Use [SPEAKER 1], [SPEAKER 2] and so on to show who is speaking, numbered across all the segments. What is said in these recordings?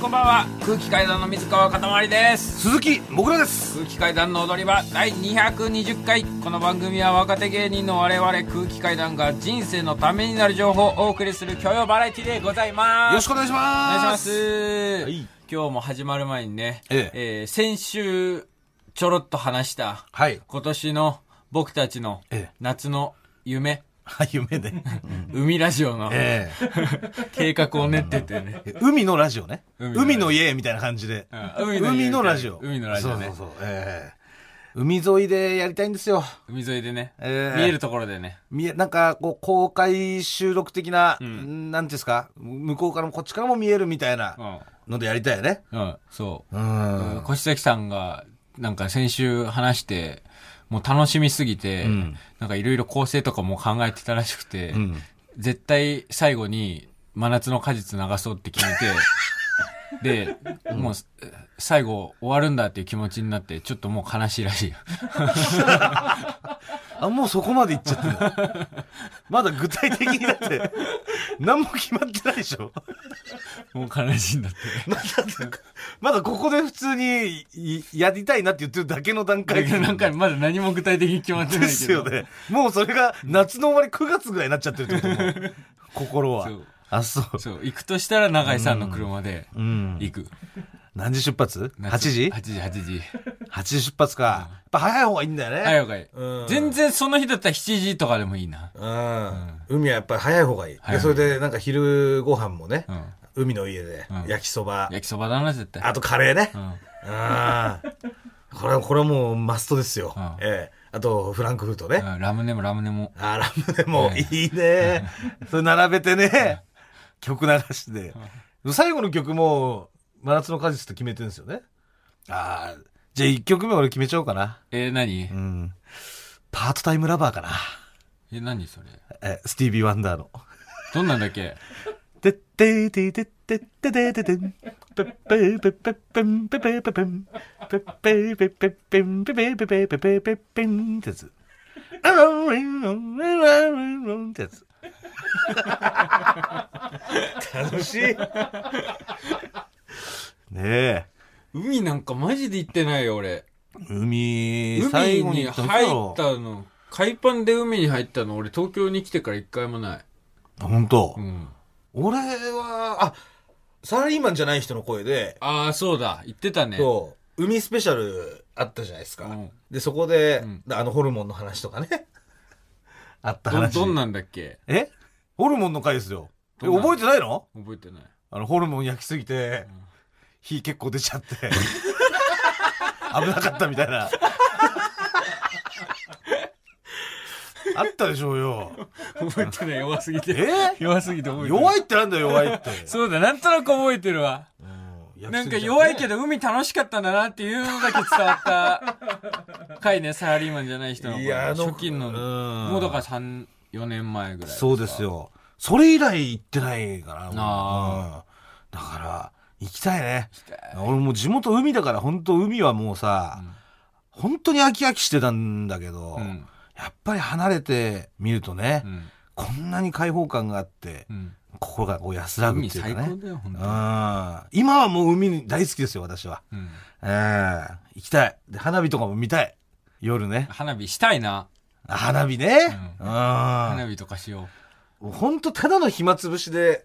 [SPEAKER 1] こんばんは空気階段の水川かたまりです
[SPEAKER 2] 鈴木もぐらです
[SPEAKER 1] 空気階段の踊り場第220回この番組は若手芸人の我々空気階段が人生のためになる情報をお送りする教養バラエティでございます
[SPEAKER 2] よろしくお願いし
[SPEAKER 1] お願いし
[SPEAKER 2] ま
[SPEAKER 1] ますす、
[SPEAKER 2] はい
[SPEAKER 1] 今日も始まる前にね、
[SPEAKER 2] え
[SPEAKER 1] えー先週ちょろっと話した
[SPEAKER 2] はい
[SPEAKER 1] 今年の僕たちの
[SPEAKER 2] ええ
[SPEAKER 1] 夏の夢、
[SPEAKER 2] はい夢で、
[SPEAKER 1] 海ラジオの
[SPEAKER 2] え
[SPEAKER 1] 計画を練っててね
[SPEAKER 2] え海のラジオね
[SPEAKER 1] 海
[SPEAKER 2] 海
[SPEAKER 1] のラジオ
[SPEAKER 2] の家みたいな感じで、
[SPEAKER 1] うん海の家
[SPEAKER 2] 海のラジオ
[SPEAKER 1] 海のラジオね
[SPEAKER 2] そうそうそう、ええ海沿いでやりたいんですよ
[SPEAKER 1] 海沿いでね、
[SPEAKER 2] ええ
[SPEAKER 1] 見えるところでね
[SPEAKER 2] 見えなんかこう公開収録的な、なんていうんですか向こうからもこっちからも見えるみたいなのでやりたいよね
[SPEAKER 1] うん、うん、そうう、
[SPEAKER 2] ん
[SPEAKER 1] 越崎さんがなんか先週話してもう楽しみすぎて、
[SPEAKER 2] ん
[SPEAKER 1] なんかいろいろ構成とかも考えてたらしくて、
[SPEAKER 2] ん
[SPEAKER 1] 絶対最後に真夏の果実流そうって決め てで、もう最後終わるんだっていう気持ちになってちょっともう悲しいらしいよ
[SPEAKER 2] あもうそこまで行っちゃってんだまだ具体的にだって何も決まってないでしょ
[SPEAKER 1] もう悲しいんだって
[SPEAKER 2] まだ、 まだここで普通にいやりたいなって言ってるだけの段
[SPEAKER 1] だ
[SPEAKER 2] 階
[SPEAKER 1] けどなんかまだ何も具体的に決まってないけど
[SPEAKER 2] ですよね。もうそれが夏の終わり9月ぐらいになっちゃってるってこと も心は
[SPEAKER 1] そう。
[SPEAKER 2] あ、そう。
[SPEAKER 1] そう行くとしたら永井さんの車で
[SPEAKER 2] うん。
[SPEAKER 1] 行く、
[SPEAKER 2] 何時出発 ?8 時
[SPEAKER 1] ?8 時8時
[SPEAKER 2] ?8 時出発か。やっぱ早い方がいいんだよね。
[SPEAKER 1] 早い方がいい、
[SPEAKER 3] うん
[SPEAKER 1] 全然その日だったら7時とかでもいいな
[SPEAKER 3] うん、海はやっぱり早い方がいい。
[SPEAKER 1] 早い
[SPEAKER 3] でそれでなんか昼ご飯もね、
[SPEAKER 1] うん
[SPEAKER 3] 海の家で
[SPEAKER 1] うん
[SPEAKER 3] 焼きそば、
[SPEAKER 1] 焼きそばだな絶対
[SPEAKER 3] あとカレーね。
[SPEAKER 1] う
[SPEAKER 3] うんん。これは、これはもうマストですよ。
[SPEAKER 1] うん
[SPEAKER 3] ええあと、フランクフルトね。
[SPEAKER 1] うんラムネもラムネも
[SPEAKER 3] あラムネもいいね。
[SPEAKER 2] それ並べてね、曲流して。最後の曲も、真夏の果実って決めてるんですよね。ああ、じゃあ1曲目俺決めちゃおうかな。
[SPEAKER 1] えー、何、
[SPEAKER 2] うん。パートタイムラバーかな。
[SPEAKER 1] え何それ
[SPEAKER 2] え、スティービー・ワンダーの。
[SPEAKER 1] どんなんだっけ
[SPEAKER 2] てっててててててててん。ぺっぺーぺっぺっぺんぺっぺーぺっぺん。ぺっぺーぺっぺっぺんぺっぺーぺっぺーぺっぺーぺっぺんってやつ。あらんらんらんらんらんらんってやつ。
[SPEAKER 3] 楽しい。
[SPEAKER 2] ねえ。
[SPEAKER 1] 海なんかマジで行ってないよ俺
[SPEAKER 2] 海、最
[SPEAKER 1] 海
[SPEAKER 2] 後に
[SPEAKER 1] に
[SPEAKER 2] 行った
[SPEAKER 1] 入っ
[SPEAKER 2] の
[SPEAKER 1] たの海パンで海に入ったの俺東京に来てから一回もない
[SPEAKER 2] あ本当
[SPEAKER 1] うん
[SPEAKER 3] 俺は、あ、サラリーマンじゃない人の声で、
[SPEAKER 1] ああそうだ行ってたね
[SPEAKER 3] そう、海スペシャルあったじゃないですか。
[SPEAKER 1] うん
[SPEAKER 3] で、そこで、
[SPEAKER 1] ん
[SPEAKER 3] あのホルモンの話とかね。
[SPEAKER 2] あった
[SPEAKER 1] ど
[SPEAKER 2] 話。
[SPEAKER 1] どんなんだっけ
[SPEAKER 2] えホルモンの回ですよ。え
[SPEAKER 1] どんな
[SPEAKER 2] 覚えてないの
[SPEAKER 1] 覚えてない
[SPEAKER 2] あの、ホルモン焼きすぎて、火結構出ちゃって、危なかったみたいな。あったでしょうよ。
[SPEAKER 1] 覚えてない弱すぎて
[SPEAKER 2] え
[SPEAKER 1] 弱すぎて覚えてない
[SPEAKER 2] 弱いってなんだよ、弱 いって。
[SPEAKER 1] そうだなんとなく覚えてるわなんか弱いけ
[SPEAKER 2] ど。
[SPEAKER 1] ど海楽しかったんだなっていうのだけ伝わった回ね、サラリーマンじゃない人の
[SPEAKER 3] いやあの
[SPEAKER 1] 初期の、
[SPEAKER 2] うん
[SPEAKER 1] もうだから3、4年前ぐらい。
[SPEAKER 2] そうですよ。それ以来行ってないから、俺
[SPEAKER 1] あ
[SPEAKER 2] うんだから、行きたいね。
[SPEAKER 1] たい
[SPEAKER 2] 俺もう地元海だから、本当海はもうさ、本当に飽き飽きしてたんだけど、
[SPEAKER 1] うん。
[SPEAKER 2] やっぱり離れてみるとね、
[SPEAKER 1] うん。
[SPEAKER 2] こんなに開放感があって、
[SPEAKER 1] うん。
[SPEAKER 2] 心がこう安らぐっ
[SPEAKER 1] 海
[SPEAKER 2] ていう
[SPEAKER 1] 最
[SPEAKER 2] か
[SPEAKER 1] 高
[SPEAKER 2] ね。
[SPEAKER 1] だよ、本
[SPEAKER 2] うん
[SPEAKER 1] 当に。
[SPEAKER 2] 今はもう海大好きですよ、私は。
[SPEAKER 1] うん。
[SPEAKER 2] ええ行きたい。で、花火とかも見たい。夜ね。
[SPEAKER 1] 花火したいな。
[SPEAKER 2] あ花火ね。
[SPEAKER 1] う
[SPEAKER 2] うん。
[SPEAKER 1] 花火とかしよ
[SPEAKER 3] ほんとただの暇つぶしで、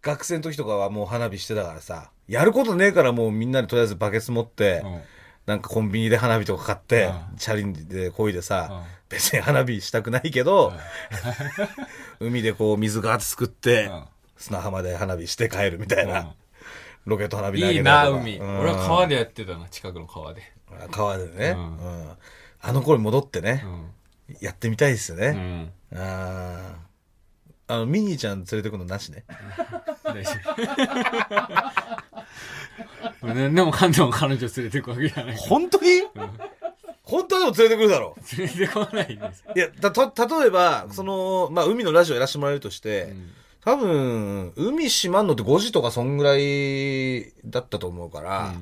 [SPEAKER 3] 学生の時とかはもう花火してたからさ、やることねえからもうみんなでとりあえずバケツ持って、
[SPEAKER 1] う。うん。
[SPEAKER 3] なんかコンビニで花火とか買って、
[SPEAKER 1] うん
[SPEAKER 3] チャリンで漕いで
[SPEAKER 1] う
[SPEAKER 3] さ、
[SPEAKER 1] ん
[SPEAKER 3] 別に花火したくないけど、 海でこう水ガーッとすくって、
[SPEAKER 1] うん
[SPEAKER 3] 砂浜で花火して帰るみたいな、
[SPEAKER 1] うん
[SPEAKER 3] ロケット花火投げた
[SPEAKER 1] い
[SPEAKER 3] り
[SPEAKER 1] い
[SPEAKER 3] とか
[SPEAKER 1] な、海。
[SPEAKER 3] うん
[SPEAKER 1] 俺は川でやってたな、近くの川で。
[SPEAKER 3] 川でね、
[SPEAKER 1] う
[SPEAKER 3] うんんあの頃に戻ってね
[SPEAKER 1] う、ん。
[SPEAKER 3] やってみたいですよ
[SPEAKER 1] う
[SPEAKER 3] ね、
[SPEAKER 1] ん。
[SPEAKER 3] ああーあのミニーちゃん連れてくのなしね
[SPEAKER 1] 大丈 夫。俺何でもかんでも彼女連れてくわけじゃない。
[SPEAKER 2] 本当に
[SPEAKER 3] 本当はでも連れてくるだろう
[SPEAKER 1] 連れてこないです。
[SPEAKER 3] いや、た、と、例えば、その、まあ、海のラジオやらせてもらえるとして、
[SPEAKER 1] ん
[SPEAKER 3] 多分、海閉まんのって5時とかそんぐらいだったと思うから、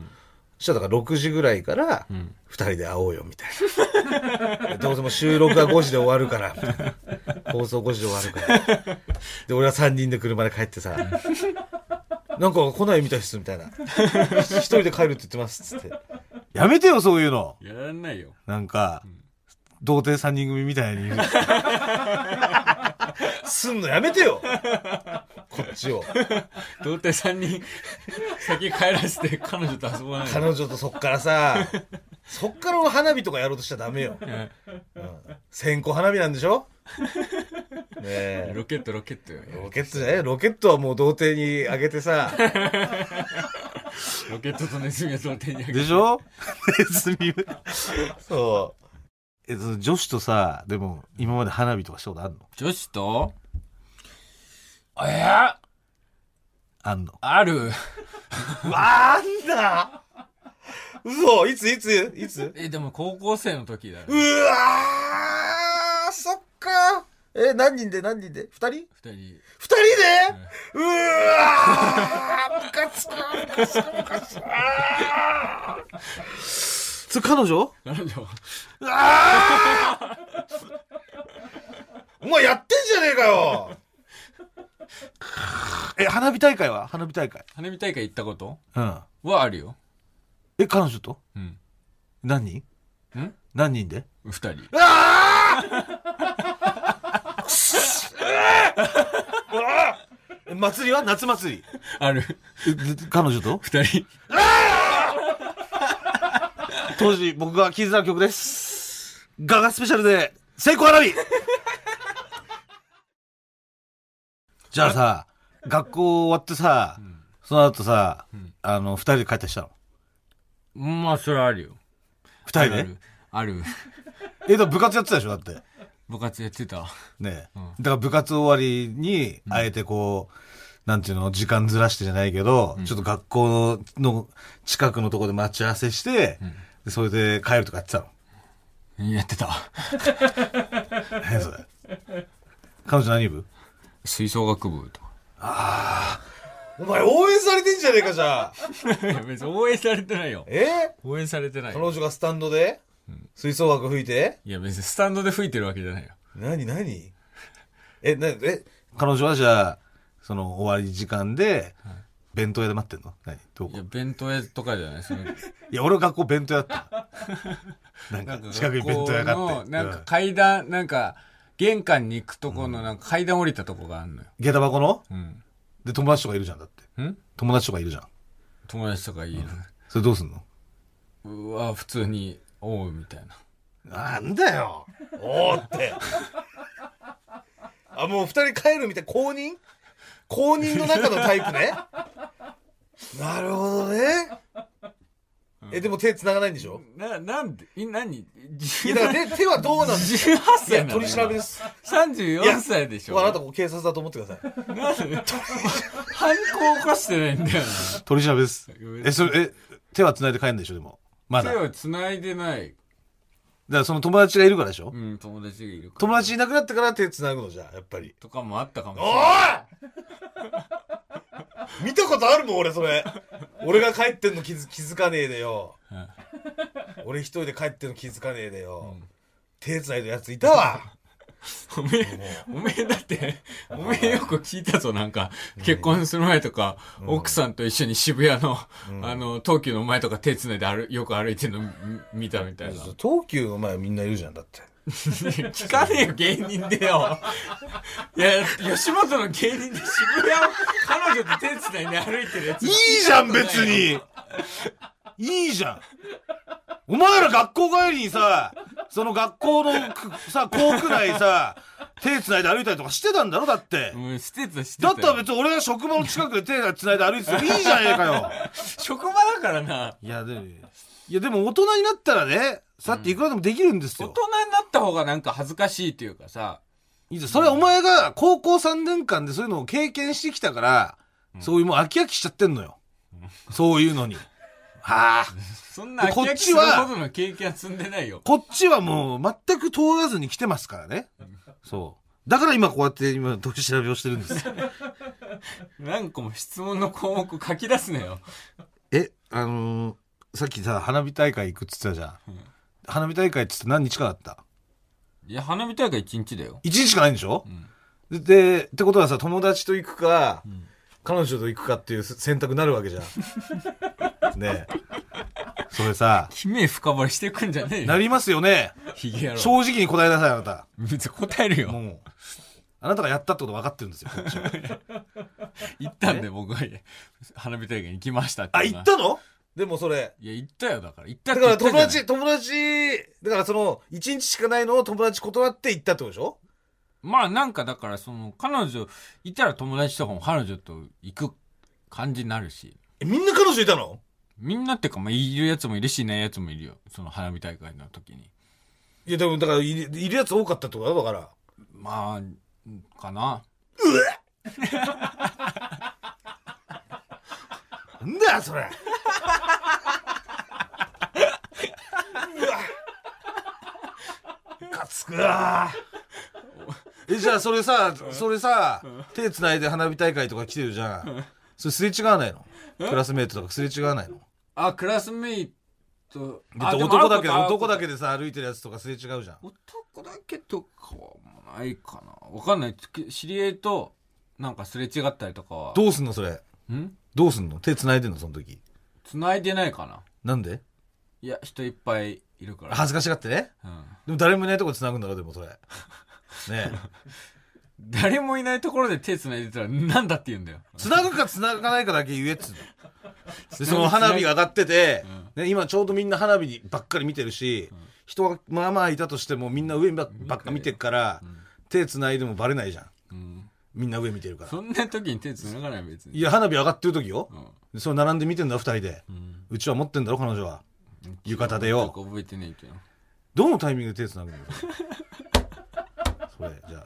[SPEAKER 3] そしたらだから6時ぐらいから、2
[SPEAKER 1] ん
[SPEAKER 3] 人で会おうよ、みたいな。 どうせもう収録が5時で終わるから、みたいな放送5時で終わるから。で、俺は3人で車で帰ってさ、
[SPEAKER 4] なんか来ないみたいですみたいな一人で帰るって言ってますっつって
[SPEAKER 2] やめてよ、そういうの。
[SPEAKER 1] やらないよ。
[SPEAKER 2] なんか、童貞三人組みたいに。
[SPEAKER 4] すんのやめてよこっちを
[SPEAKER 1] 童貞さん に先帰らせて彼女と遊ばない
[SPEAKER 4] 彼
[SPEAKER 1] の。
[SPEAKER 4] 女とそっからさそっから花火とかやろうとしちゃダメよ、うん、線香花火なんでしょねえ
[SPEAKER 1] ロケットロケットよ。
[SPEAKER 4] ロケットじゃないロケットはもう童貞にあげてさ
[SPEAKER 1] ロケットとネズミは童貞にあげ
[SPEAKER 2] でしょネズミ。
[SPEAKER 4] そ
[SPEAKER 2] え、その女子とさ、でも、今まで花火とかしたことあんの
[SPEAKER 1] 女子とえー、
[SPEAKER 2] あんの。
[SPEAKER 1] ある。
[SPEAKER 4] うわあんだ嘘いついついつ
[SPEAKER 1] え、でも高校生の時だよ
[SPEAKER 4] う。わーそっかえ何人で何人で二人
[SPEAKER 1] 二
[SPEAKER 4] 二
[SPEAKER 1] 人。
[SPEAKER 4] 人で、うーわームカつくムカつくムカつくあー
[SPEAKER 2] それ彼女
[SPEAKER 1] 彼女。
[SPEAKER 4] うわーお前やってんじゃねえかよ
[SPEAKER 2] え、花火大会は花火大会。
[SPEAKER 1] 花火大会行ったこと
[SPEAKER 2] うん。
[SPEAKER 1] はあるよ。
[SPEAKER 2] え、彼女と
[SPEAKER 1] うん。
[SPEAKER 2] 何人
[SPEAKER 1] ん
[SPEAKER 2] 何人で
[SPEAKER 1] 二人。
[SPEAKER 4] うわーうわ
[SPEAKER 2] え 祭りは夏祭り。
[SPEAKER 1] ある。
[SPEAKER 2] えで彼女と
[SPEAKER 1] 二人。
[SPEAKER 2] 当時僕が聴いてた曲です。ガガスペシャルで、成功花火じゃあさ、学校終わってさ、その後さ、あの、二人で帰ったりしたの。
[SPEAKER 1] まあ、それはあるよ。
[SPEAKER 2] 二
[SPEAKER 1] あ
[SPEAKER 2] 人で
[SPEAKER 1] る。ある。
[SPEAKER 2] え、だから部活やってたでしょだって。
[SPEAKER 1] 部活やってた。
[SPEAKER 2] ねえ、だから部活終わりに、あえてこう、なんていうの、時間ずらしてじゃないけど、ちょっと学校の近くのところで待ち合わせして、でそれで帰るとかやってたの。
[SPEAKER 1] やってた。
[SPEAKER 2] 何それ。彼女何部
[SPEAKER 1] 吹奏楽部とか。
[SPEAKER 4] ーお前応援されてんじゃねえかじゃ あ
[SPEAKER 1] いや別に応援されてないよ。
[SPEAKER 4] え
[SPEAKER 1] 応援されてない
[SPEAKER 4] 彼。女がスタンドで吹奏楽吹いて
[SPEAKER 1] いや別にスタンドで吹いてるわけじゃないよ。
[SPEAKER 4] 何何え、な、え、
[SPEAKER 2] 彼女はじゃあ、その終わり時間で、弁当屋で待ってんの何ど
[SPEAKER 1] いや
[SPEAKER 2] こ
[SPEAKER 1] 弁当屋とかじゃない。その
[SPEAKER 2] いや、俺学校弁当屋 だった。な
[SPEAKER 1] なん
[SPEAKER 2] ん
[SPEAKER 1] か
[SPEAKER 2] か、近くに弁当屋があ
[SPEAKER 1] 学
[SPEAKER 2] っ
[SPEAKER 1] 校の
[SPEAKER 2] て。
[SPEAKER 1] なんか
[SPEAKER 2] うん
[SPEAKER 1] 階段、なんか、玄関に行くとこのなんか階段降りたとこがあるのよ。
[SPEAKER 2] 下駄箱の
[SPEAKER 1] うん。
[SPEAKER 2] で、友達とかいるじゃん、だって。
[SPEAKER 1] ん
[SPEAKER 2] 友達とかいるじゃん。
[SPEAKER 1] 友達とかいる。
[SPEAKER 2] それどうすんの
[SPEAKER 1] うわ、普通に、おう、みたいな。
[SPEAKER 2] なんだよ。
[SPEAKER 4] おーって。あ、もう二人帰るみたい。公認公認の中のタイプね。なるほどね。え、でも手繋がないんでしょ
[SPEAKER 1] な、なんで、い、何
[SPEAKER 4] い
[SPEAKER 1] 十
[SPEAKER 4] や、だから手、手はどうなんですい
[SPEAKER 1] 18
[SPEAKER 4] や、
[SPEAKER 1] 歳なの
[SPEAKER 4] 取り調べで。す。
[SPEAKER 1] 今34歳でしょ。
[SPEAKER 4] あなたこう警察だと思ってください。
[SPEAKER 1] なんで犯行起こしてないんだよ
[SPEAKER 2] 取り調べです
[SPEAKER 1] ごめ。ん
[SPEAKER 2] え、それ、え、手は繋いで帰るんでしょ、でも。ま
[SPEAKER 1] な。
[SPEAKER 2] だ。
[SPEAKER 1] 手
[SPEAKER 2] だか
[SPEAKER 1] を繋いでない。
[SPEAKER 2] らその友達がいるからでしょ
[SPEAKER 1] うん、友達がいるから。
[SPEAKER 2] 友達い
[SPEAKER 4] い
[SPEAKER 2] な
[SPEAKER 4] なくなってから手繋ぐのじゃ、やっぱり。
[SPEAKER 1] とかもあったかもし
[SPEAKER 4] お
[SPEAKER 1] れない。
[SPEAKER 4] い 見たことあるもん、俺、それ。俺が帰ってんの気づ気づかねえでよ。
[SPEAKER 1] はい
[SPEAKER 4] 俺一人で帰ってんの気づかねえでよ。手繋いだやついたわ。
[SPEAKER 1] おめえ、おめえだって、おめえよく聞いたぞ、なんか、結婚する前とか、奥さんと一緒に渋谷の、あの、東急の前とか手繋いで歩よく歩いてるの見見たみたいな。
[SPEAKER 4] 東急の前みんないるじゃんだって
[SPEAKER 1] 聞かねえよ、芸人でよ。いや、吉本の芸人で渋谷を彼女と手繋いで歩いてるやつ。
[SPEAKER 2] いいじゃん、別にいいじゃんお前ら学校帰りにさ、その学校のくさ、校区内さ、手繋いで歩いたりとかしてたんだろだって。
[SPEAKER 1] うん、してた、してた
[SPEAKER 2] だ
[SPEAKER 1] よ。
[SPEAKER 2] ったら別に俺が職場の近くで手繋いで歩いててもいいじゃねえか よ
[SPEAKER 1] 職場だからな。
[SPEAKER 2] いや、でも、いやでも大人になったらね、さっていくらでもできるんです
[SPEAKER 1] 大
[SPEAKER 2] よ。
[SPEAKER 1] 人になった方がなんか恥ずかしいっていうかさ、
[SPEAKER 2] いいですそれはお前が高校3年間でそういうのを経験してきたから、そういうもう飽き飽きしちゃってんのよ。そういう のに。はあ。
[SPEAKER 1] そんな飽き
[SPEAKER 2] こ
[SPEAKER 1] 飽
[SPEAKER 2] っ
[SPEAKER 1] きす
[SPEAKER 2] ち
[SPEAKER 1] る
[SPEAKER 2] は
[SPEAKER 1] ほどの経験は積んでないよ。
[SPEAKER 2] こっちはもう全く通らずに来てますからね。そう。だから今こうやって今取り調べをしてるんです よ。
[SPEAKER 1] 何個も質問の項目書き出すなよ。
[SPEAKER 2] え、あのーさっきさ、花火大会行くっつってたじゃん。花火大会っつって何日かだった
[SPEAKER 1] いや、花火大会1日だよ。
[SPEAKER 2] ?1 日しかないんでしょ、
[SPEAKER 1] ん
[SPEAKER 2] で、でってことはさ、友達と行くか、彼女と行くかっていう選択になるわけじゃ ん。ねえ。それさ、
[SPEAKER 1] 悲鳴深掘りしてくんじゃねえ
[SPEAKER 5] な
[SPEAKER 1] よ。
[SPEAKER 5] りますよね。
[SPEAKER 1] ヒゲ野郎。
[SPEAKER 5] 正直に答えなさい、あなた。
[SPEAKER 1] 別に答えるよ。
[SPEAKER 5] もう。あなたがやったってこと分かってるんですよ、 こっちは
[SPEAKER 1] 行ったんで僕は花火大会に行きましたって。
[SPEAKER 2] あ、行ったのでもそれ。
[SPEAKER 1] いや、行ったよ、だから。行ったっ
[SPEAKER 2] だ
[SPEAKER 1] て言
[SPEAKER 2] か
[SPEAKER 1] っ
[SPEAKER 2] ら
[SPEAKER 1] たじゃ
[SPEAKER 2] 友
[SPEAKER 1] ない
[SPEAKER 2] 達、友達、だからその、一日しかないのを友達断って行ったってことでしょ
[SPEAKER 1] まあなんかだからその彼女いたら友達とかも彼女と行く感じになるし
[SPEAKER 2] え、みんな彼女いたの
[SPEAKER 1] みんなっていうかまあいるやつもいるしいないやつもいるよその花火大会の時に
[SPEAKER 2] いや、でもだからいる、いるやつ多かったってことだ、だから。
[SPEAKER 1] まあかな
[SPEAKER 2] なんだよ、それ。うわ。かつくわ。え、じゃあ、それさ、それさ、手つないで花火大会とか来てるじゃん。それすれ違わないのクラスメートとかすれ違わないの
[SPEAKER 1] あクラスメイト
[SPEAKER 2] だって男だけ、
[SPEAKER 1] あ
[SPEAKER 2] 男だけでさ、歩いてるやつとかすれ違うじゃん。
[SPEAKER 1] 男だけとかはないかなわかんないつき知り合いとなんかすれ違ったりとかは
[SPEAKER 2] どうすんの、それ。
[SPEAKER 1] ん
[SPEAKER 2] どうすんの手つないでんの、その時。
[SPEAKER 1] 繋いでないかな
[SPEAKER 2] なんで
[SPEAKER 1] いや人いっぱいいるから
[SPEAKER 2] 恥ずかしがってね。
[SPEAKER 1] うん
[SPEAKER 2] でも誰もいないとこ繋ぐんだろ、でもそれ。ねえ。
[SPEAKER 1] 誰もいないところで手繋いでたらなんだって言うんだよ
[SPEAKER 2] 繋ぐか繋がないかだけ言えっ つうの。で、その花火が当たってて、ね、今ちょうどみんな花火ばっかり見てるし、人がまあまあいたとしてもみんな上ばばっか見てるから、手繋いでもバレないじゃん。
[SPEAKER 1] うん
[SPEAKER 2] みんな上見てるから。
[SPEAKER 1] そんな時に手繋がない別に。
[SPEAKER 2] いや、花火上がってる時よ。
[SPEAKER 1] ん
[SPEAKER 2] でそれ並んで見てんだろ、二人で。
[SPEAKER 1] ん
[SPEAKER 2] うちは持ってんだろ、彼女は。浴衣でよ。
[SPEAKER 1] 覚えてねえけど。
[SPEAKER 2] どのタイミングで手繋ぐ んだろ。それ、じゃあ。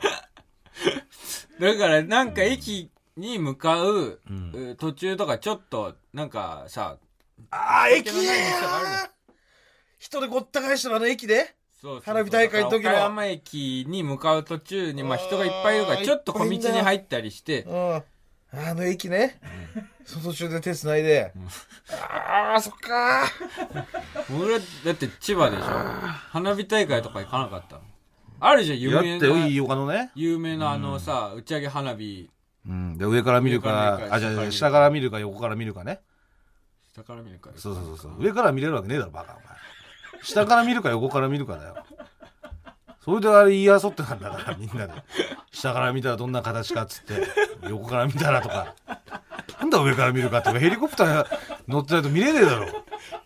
[SPEAKER 1] だからなんか駅に向かう、えー途中とかちょっとなんかさ、
[SPEAKER 2] ああ、駅
[SPEAKER 1] 駅ね
[SPEAKER 2] 人でごった返してるあの駅
[SPEAKER 1] そう
[SPEAKER 2] で
[SPEAKER 1] そうそう
[SPEAKER 2] 花火大会の時の
[SPEAKER 1] だから岡山駅に向かう途中に、まあ人がいっぱいいるから、ちょっと小道に入ったりして、
[SPEAKER 2] うん。あの駅ね。その途中で手繋いで。ああ、そっか
[SPEAKER 1] 俺だって千葉でしょ花火大会とか行かなかったの。あるじゃん、有
[SPEAKER 2] や
[SPEAKER 1] 名
[SPEAKER 2] ってよ、
[SPEAKER 1] な。
[SPEAKER 2] いい丘のね。
[SPEAKER 1] 有名なあのさ、打ち上げ花火、
[SPEAKER 2] うん。で、上から見る
[SPEAKER 1] 上から見る
[SPEAKER 2] か、
[SPEAKER 1] か
[SPEAKER 2] あ、じゃあじゃあ
[SPEAKER 1] 下
[SPEAKER 2] 下
[SPEAKER 1] か
[SPEAKER 2] からら見るか、横から見るかね。
[SPEAKER 1] 下から見るから。
[SPEAKER 2] そうそうそうそう。上から見れるわけねえだろ、バカ、お前。下から見るか、横から見るかだよ。それであれ言い争ってたんだから、みんなで。下から見たらどんな形かっつって、横から見たらとか。なんだ上から見るかってヘリコプター乗ってないと見れねえだろ、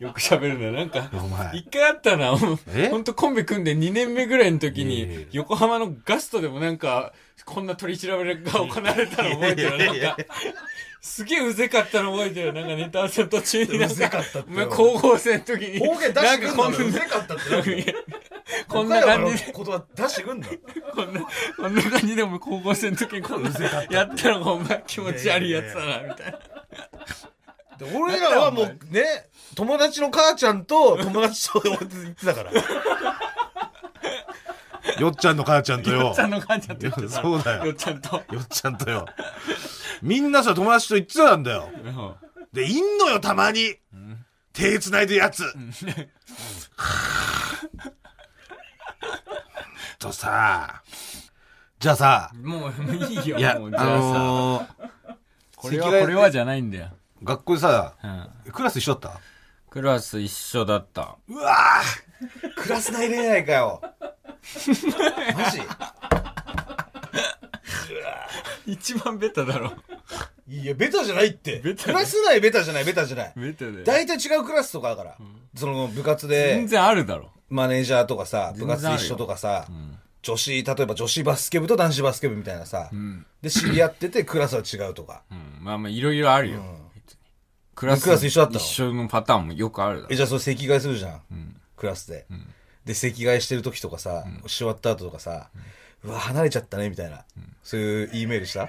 [SPEAKER 1] よく喋るんだよ。なんか
[SPEAKER 2] お、前。
[SPEAKER 1] 一回あったな、ほん
[SPEAKER 2] え
[SPEAKER 1] ほんとコンビ組んで2年目ぐらいの時
[SPEAKER 2] いやいやい
[SPEAKER 1] に
[SPEAKER 2] や、
[SPEAKER 1] 横浜のガストでもなんか、こんな取り調べが行われたの覚えてる。なんか、すげえうぜかったの覚えてる。なんかネタ合わせの途中になん
[SPEAKER 2] うぜか
[SPEAKER 1] か
[SPEAKER 2] ったっ、て
[SPEAKER 1] お前高校生の時に、
[SPEAKER 2] 方言出してくん
[SPEAKER 1] な
[SPEAKER 2] だ
[SPEAKER 1] んかこんな
[SPEAKER 2] うぜかったってなんだよ
[SPEAKER 1] こんな感じで、
[SPEAKER 2] 言葉出して くんだ
[SPEAKER 1] こんな、こんな感じでお前高校生の時にこんなやったのがお前気持ち悪いやつだな、みたいな。
[SPEAKER 2] 俺らはもうね友達の母ちゃんと友達と俺って言って たからよっちゃんの母ちゃんと
[SPEAKER 1] よ
[SPEAKER 2] よ
[SPEAKER 1] っちゃんの感じだって言ってた
[SPEAKER 2] そうだよ
[SPEAKER 1] よっちゃんと。
[SPEAKER 2] よっちゃんとよみんなさ友達と言ってたんだよ
[SPEAKER 1] うん
[SPEAKER 2] でいんのよたまに、手つないでるやつ、 とさじゃあさ
[SPEAKER 1] もういいよ、
[SPEAKER 2] いやあ
[SPEAKER 1] もうじゃあさ、
[SPEAKER 2] のー
[SPEAKER 1] これは
[SPEAKER 2] 席替え
[SPEAKER 1] これはじゃないんだよ。
[SPEAKER 2] 学校でさ
[SPEAKER 1] うん
[SPEAKER 2] クラス一緒だった
[SPEAKER 1] クラス一緒だった。
[SPEAKER 2] うわークラス内恋愛 かよ。マジ
[SPEAKER 1] 一番ベタだろ。
[SPEAKER 2] いや、ベタじゃないって。
[SPEAKER 1] ベタ
[SPEAKER 2] クラス内ベタじゃない、ベタじゃない。
[SPEAKER 1] ベタだよ。
[SPEAKER 2] 大体違うクラスとかだから。その部活
[SPEAKER 1] 全
[SPEAKER 2] で、
[SPEAKER 1] 然あるだろ。
[SPEAKER 2] マネージャーとかさ、部
[SPEAKER 1] 全然ある
[SPEAKER 2] 活
[SPEAKER 1] よ
[SPEAKER 2] 一緒とかさ、
[SPEAKER 1] ん
[SPEAKER 2] 女子、例えば女子バスケ部と男子バスケ部みたいなさ、
[SPEAKER 1] うん。
[SPEAKER 2] で、知り合っててクラスは違うとか。
[SPEAKER 1] うん。まあまあ、いろいろあるよ。別にクラス
[SPEAKER 2] クラス一緒だったの
[SPEAKER 1] 一緒のパターンもよくあるだ
[SPEAKER 2] え、
[SPEAKER 1] ろ。
[SPEAKER 2] じゃあそれ席替えするじゃん。クラスで。で、席替えしてる時とかさ、座った後とかさ、うわ、離れちゃったね、みたいな。そういう E メールした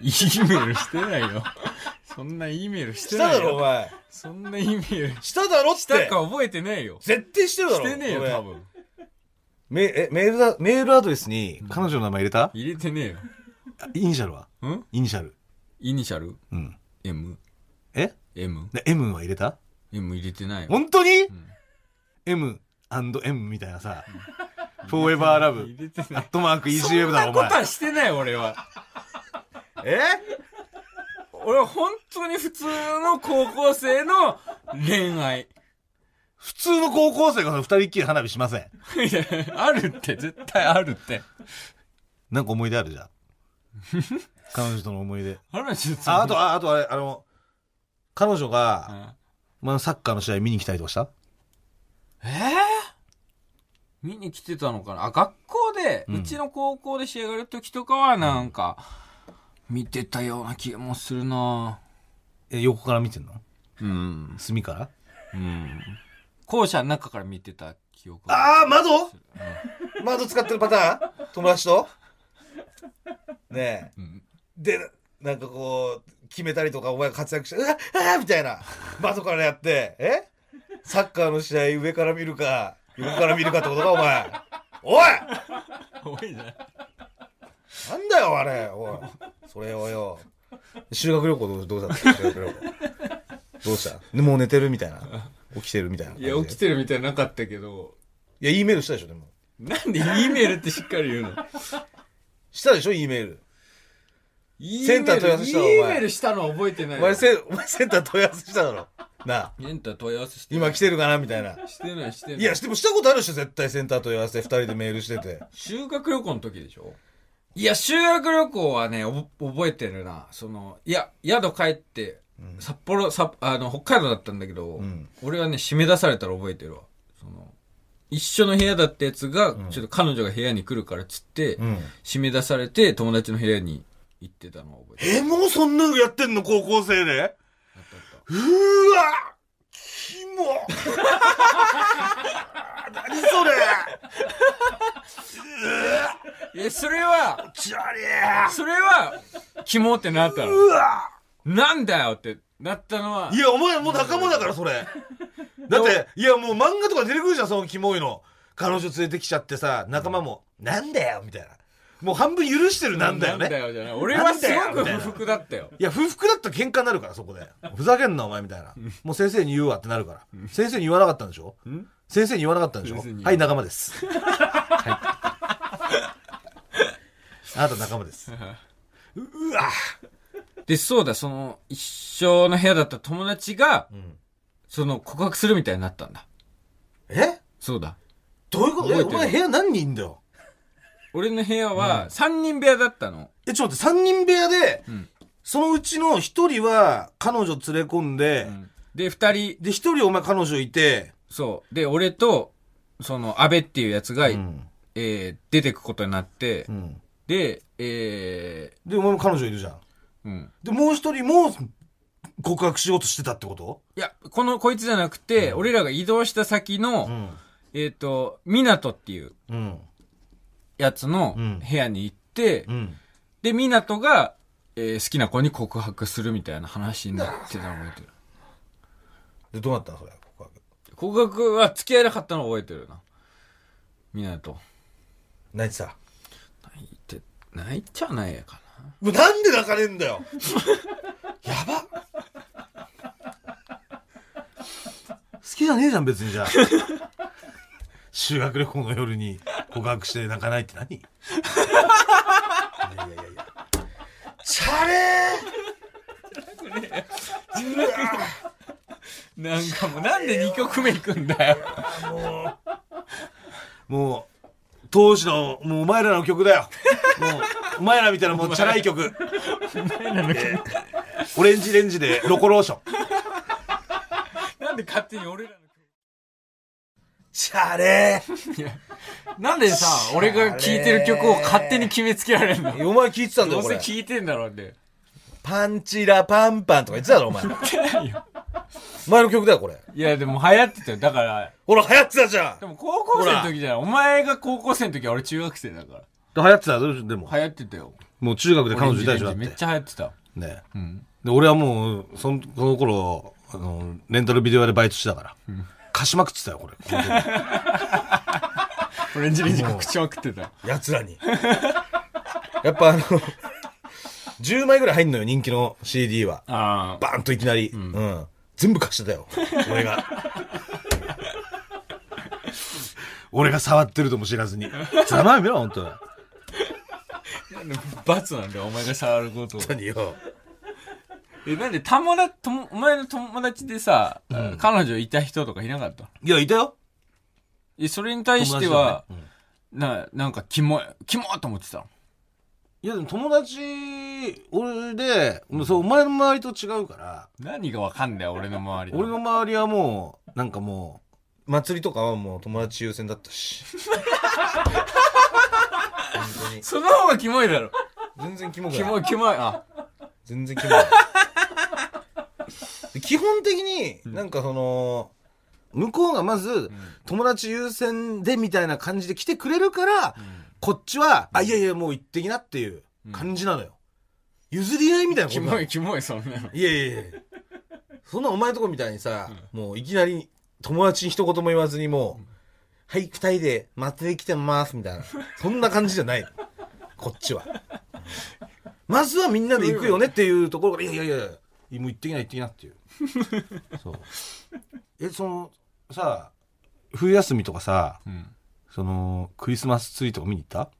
[SPEAKER 1] E メールしてないよ。 そんな E メールし
[SPEAKER 2] してた
[SPEAKER 1] ない
[SPEAKER 2] だろ、
[SPEAKER 1] よ。
[SPEAKER 2] お前。
[SPEAKER 1] そんな E メールし
[SPEAKER 2] しただろって。
[SPEAKER 1] たか覚えてないよ。
[SPEAKER 2] 絶対してるだ
[SPEAKER 1] し
[SPEAKER 2] ろ
[SPEAKER 1] てねえよ、
[SPEAKER 2] これ
[SPEAKER 1] 多分。
[SPEAKER 2] メえメールだメールアドレスに彼女の名前入れた、
[SPEAKER 1] 入れてねえよ。
[SPEAKER 2] イニシャルは
[SPEAKER 1] うん
[SPEAKER 2] イニシャル
[SPEAKER 1] イニシャル
[SPEAKER 2] うん
[SPEAKER 1] ?M?
[SPEAKER 2] え
[SPEAKER 1] M?
[SPEAKER 2] で M は入れた
[SPEAKER 1] M 入れてないよ。
[SPEAKER 2] 本当に、?M&M みたいなさ、フォーエバーラブ
[SPEAKER 1] 入れて
[SPEAKER 2] ア
[SPEAKER 1] ない
[SPEAKER 2] ッ。トマーク EGM だろ
[SPEAKER 1] そ
[SPEAKER 2] お
[SPEAKER 1] んなこ
[SPEAKER 2] 前
[SPEAKER 1] とはしてない、俺は。
[SPEAKER 2] え
[SPEAKER 1] 俺は本当に普通の高校生の恋愛。
[SPEAKER 2] 普通の高校生が二人っきり花火しません。
[SPEAKER 1] いやあるって、絶対あるって。
[SPEAKER 2] なんか思い出あ るじゃん。彼女との思い出。
[SPEAKER 1] あるちょっ
[SPEAKER 2] あ、あと、
[SPEAKER 1] あ、
[SPEAKER 2] ああとあれ、あの、彼女
[SPEAKER 1] う
[SPEAKER 2] が、
[SPEAKER 1] ん
[SPEAKER 2] まあ、サッカーの試合見に来たりとかした
[SPEAKER 1] えー、見に来てたのかなあ、学校で、うちの高校で試合がある時とかは、なんか、見てたような気もするな
[SPEAKER 2] え、横から見てんの
[SPEAKER 1] うん。
[SPEAKER 2] 隅から
[SPEAKER 1] うん。校舎の中から見てた記憶が
[SPEAKER 2] ああ、窓窓使ってるパターン友達とねえ。
[SPEAKER 1] ん
[SPEAKER 2] で、なんかこう、決めたりとか、お前が活躍して、うわああみたいな。窓からやって、えサッカーの試合上から見るか、横から見るかってことか、お前。おい
[SPEAKER 1] 多いね。
[SPEAKER 2] なんだよ、あれ。おい。それをよ。修学旅行どうどうだった修学旅行。どうしたでもう寝てるみたいな。起きてるみたいな感
[SPEAKER 1] い
[SPEAKER 2] じで。
[SPEAKER 1] や、起きてるみたいなのなかったけど、
[SPEAKER 2] いや、E メールしたでしょ、でも。
[SPEAKER 1] なんで E メールってしっかり言うの
[SPEAKER 2] したでしょ、E メール。
[SPEAKER 1] E
[SPEAKER 2] センター問い合わせしたのお前
[SPEAKER 1] E メールしたのは覚えてない
[SPEAKER 2] お
[SPEAKER 1] よ
[SPEAKER 2] 前セン、お前センター問い合わせしただろ。なあ、
[SPEAKER 1] センター問い合わせしてない
[SPEAKER 2] 今来てるかなみたいな。
[SPEAKER 1] してないしてない
[SPEAKER 2] いや、でもしたことあるでしょ、絶対センター問い合わせ二人でメールしてて。
[SPEAKER 1] 修学旅行の時でしょいや、修学旅行はね、おぼ覚えてるな。その、いや、宿帰って、札幌、さあの、北海道だったんだけど、
[SPEAKER 2] ん
[SPEAKER 1] 俺はね、締め出されたら覚えてるわ。その、一緒の部屋だったやつが、ちょっと彼女が部屋に来るからっつって、
[SPEAKER 2] ん
[SPEAKER 1] 締め出されて友達の部屋に行ってたのを覚えてる。
[SPEAKER 2] え、もうそんなのやってんの高校生でうーわキモ 何それ
[SPEAKER 1] え、それは、
[SPEAKER 2] チャリ
[SPEAKER 1] それは、キモってなったの。
[SPEAKER 2] うわ
[SPEAKER 1] なんだよってなったのは、
[SPEAKER 2] いや、お前もう仲間だから、それ。だって、いや、もう漫画とか出てくるじゃん、そのキモいの。彼女連れてきちゃってさ、仲間も、なんだよみたいな。もう半分許してるなんだよね。
[SPEAKER 1] じゃない。俺はすごく不服だったよ。
[SPEAKER 2] いや、不服だったら喧嘩になるから、そこで。ふざけんな、お前みたいな。もう先生に言うわってなるから。先生に言わなかったんでしょ先生に言わなかったんでし
[SPEAKER 1] 先生に言
[SPEAKER 2] ょ
[SPEAKER 1] う
[SPEAKER 2] はい、仲間です。はい。あなた仲間です。ううわ
[SPEAKER 1] で、そうだ、その、一緒の部屋だった友達が、
[SPEAKER 2] ん
[SPEAKER 1] その、告白するみたいになったんだ。
[SPEAKER 2] え
[SPEAKER 1] そうだ。
[SPEAKER 2] どういうこと
[SPEAKER 1] 覚え
[SPEAKER 2] え
[SPEAKER 1] て
[SPEAKER 2] お
[SPEAKER 1] る
[SPEAKER 2] 前部屋何人いんだよ
[SPEAKER 1] 俺の部屋は、三人部屋だったの。
[SPEAKER 2] え、ちょっと待って、3人部屋で、
[SPEAKER 1] ん
[SPEAKER 2] そのうちの1人は彼女連れ込んで、
[SPEAKER 1] で、二人、
[SPEAKER 2] で、1人お前彼女いて、
[SPEAKER 1] そう。で、俺と、その、安倍っていうやつが、
[SPEAKER 2] ん
[SPEAKER 1] えー出てくことになって、
[SPEAKER 2] うん
[SPEAKER 1] で、え
[SPEAKER 2] で、お前も彼女いるじゃん。
[SPEAKER 1] ーうん。
[SPEAKER 2] で、もう1人も告白しようとしてたってこと
[SPEAKER 1] いや、この、こいつじゃなくて、俺らが移動した先の、
[SPEAKER 2] ん。
[SPEAKER 1] えっ、と、港っていう
[SPEAKER 2] うん。
[SPEAKER 1] やつの
[SPEAKER 2] うん
[SPEAKER 1] 部屋に行って、
[SPEAKER 2] うん。
[SPEAKER 1] で、港が、えー好きな子に告白するみたいな話になってたの覚えてる。
[SPEAKER 2] で、どうなったのそれ、告白。
[SPEAKER 1] 告白は付き合えなかったの覚えてるな。みんなと。
[SPEAKER 2] 泣いてた。
[SPEAKER 1] 泣いて、泣いちゃないやかな。
[SPEAKER 2] もうなんで泣かねえんだよ やば好きじゃねえじゃん、別にじゃあ。 修学旅行の夜に告白して泣かないって何 いやいやいやいや。チャレ
[SPEAKER 1] なんかもう、なんで2曲目行くんだよ。
[SPEAKER 2] ーもう、当時の、もうお前らの曲だよ。もう、お前らみたいなもうチャラい曲。えーオレンジレンジでロコローション。
[SPEAKER 1] なんで勝手に俺ら
[SPEAKER 2] チャレー
[SPEAKER 1] の。なんでさ、俺が聴いてる曲を勝手に決めつけられるの
[SPEAKER 2] お前聞いてたんだ
[SPEAKER 1] ど
[SPEAKER 2] よ、
[SPEAKER 1] う
[SPEAKER 2] こ
[SPEAKER 1] せ
[SPEAKER 2] れ。
[SPEAKER 1] 聴いてんだろうね。
[SPEAKER 2] パンチラパンパンとか言ってただろ、お前。 前の曲だよ、これ。
[SPEAKER 1] いや、でも流行ってたよ。だから、
[SPEAKER 2] ほら、流行ってたじゃん
[SPEAKER 1] でも高校生の時じゃない。お前が高校生の時は俺中学生だか
[SPEAKER 2] 流行ってたよ、でも。
[SPEAKER 1] ら。流行ってたよ。
[SPEAKER 2] もう中学で彼女いたでしょ、だ
[SPEAKER 1] オレ
[SPEAKER 2] っ
[SPEAKER 1] ンジレンジめっ
[SPEAKER 2] て。
[SPEAKER 1] ちゃ流行ってた。
[SPEAKER 2] ね
[SPEAKER 1] ん
[SPEAKER 2] で、俺はもう、その、この頃、あの、レンタルビデオ屋でバイトしてたから。貸しまくってたよ、これ。
[SPEAKER 1] オレンジレンジ告知まくってた。
[SPEAKER 2] 奴らに。 やっぱあの、10枚ぐらい入んのよ、人気の CD は。
[SPEAKER 1] ああ。
[SPEAKER 2] バーンといきなり。うん。全部貸してたよ、俺が。 俺が触ってるとも知らずに。ざまあみろ、ほんと。
[SPEAKER 1] 罰なんだよ、お前が触ることを。
[SPEAKER 2] 何よ。
[SPEAKER 1] え、なんで、友達、ともお前の友達でさ、
[SPEAKER 2] ん
[SPEAKER 1] 彼女いた人とかいなかった
[SPEAKER 2] いや、いたよ。
[SPEAKER 1] え、それに対しては、な、なんか、キモい、キモいと思ってたの。
[SPEAKER 2] いや、でも友達、俺で、もうそう、お前の周りと違うから、
[SPEAKER 1] 何がわかんだよ、俺の周り。
[SPEAKER 2] 俺の周りはもう、なんかもう、祭りとかはもう友達優先だったし。本当に。
[SPEAKER 1] その方がキモいだろ。
[SPEAKER 2] 全然キモく
[SPEAKER 1] キ
[SPEAKER 2] な
[SPEAKER 1] モ
[SPEAKER 2] い。
[SPEAKER 1] い、キモい。あ、
[SPEAKER 2] 全然キモい。で基本的になんかその、向こうがまず友達優先でみたいな感じで来てくれるから、こっちは、あ、いやいやもう行ってきなっていう感じなのよ。譲り合いみたいなこ
[SPEAKER 1] キ
[SPEAKER 2] となの
[SPEAKER 1] モい、キモい、そんなの。
[SPEAKER 2] いやいやいやそんなお前のとこみたいにさ、もういきなり友達に一言も言わずにもう、はい、二人で祭り来てます、みたいな。そんな感じじゃない。こっちは。まずはみんなで行くよねっていうところから、いやいやいや、もう行ってきな行ってきなって いう。そう。え、その、さ、冬休みとかさ、
[SPEAKER 1] うん。
[SPEAKER 2] その、クリスマスツリーとか見に行った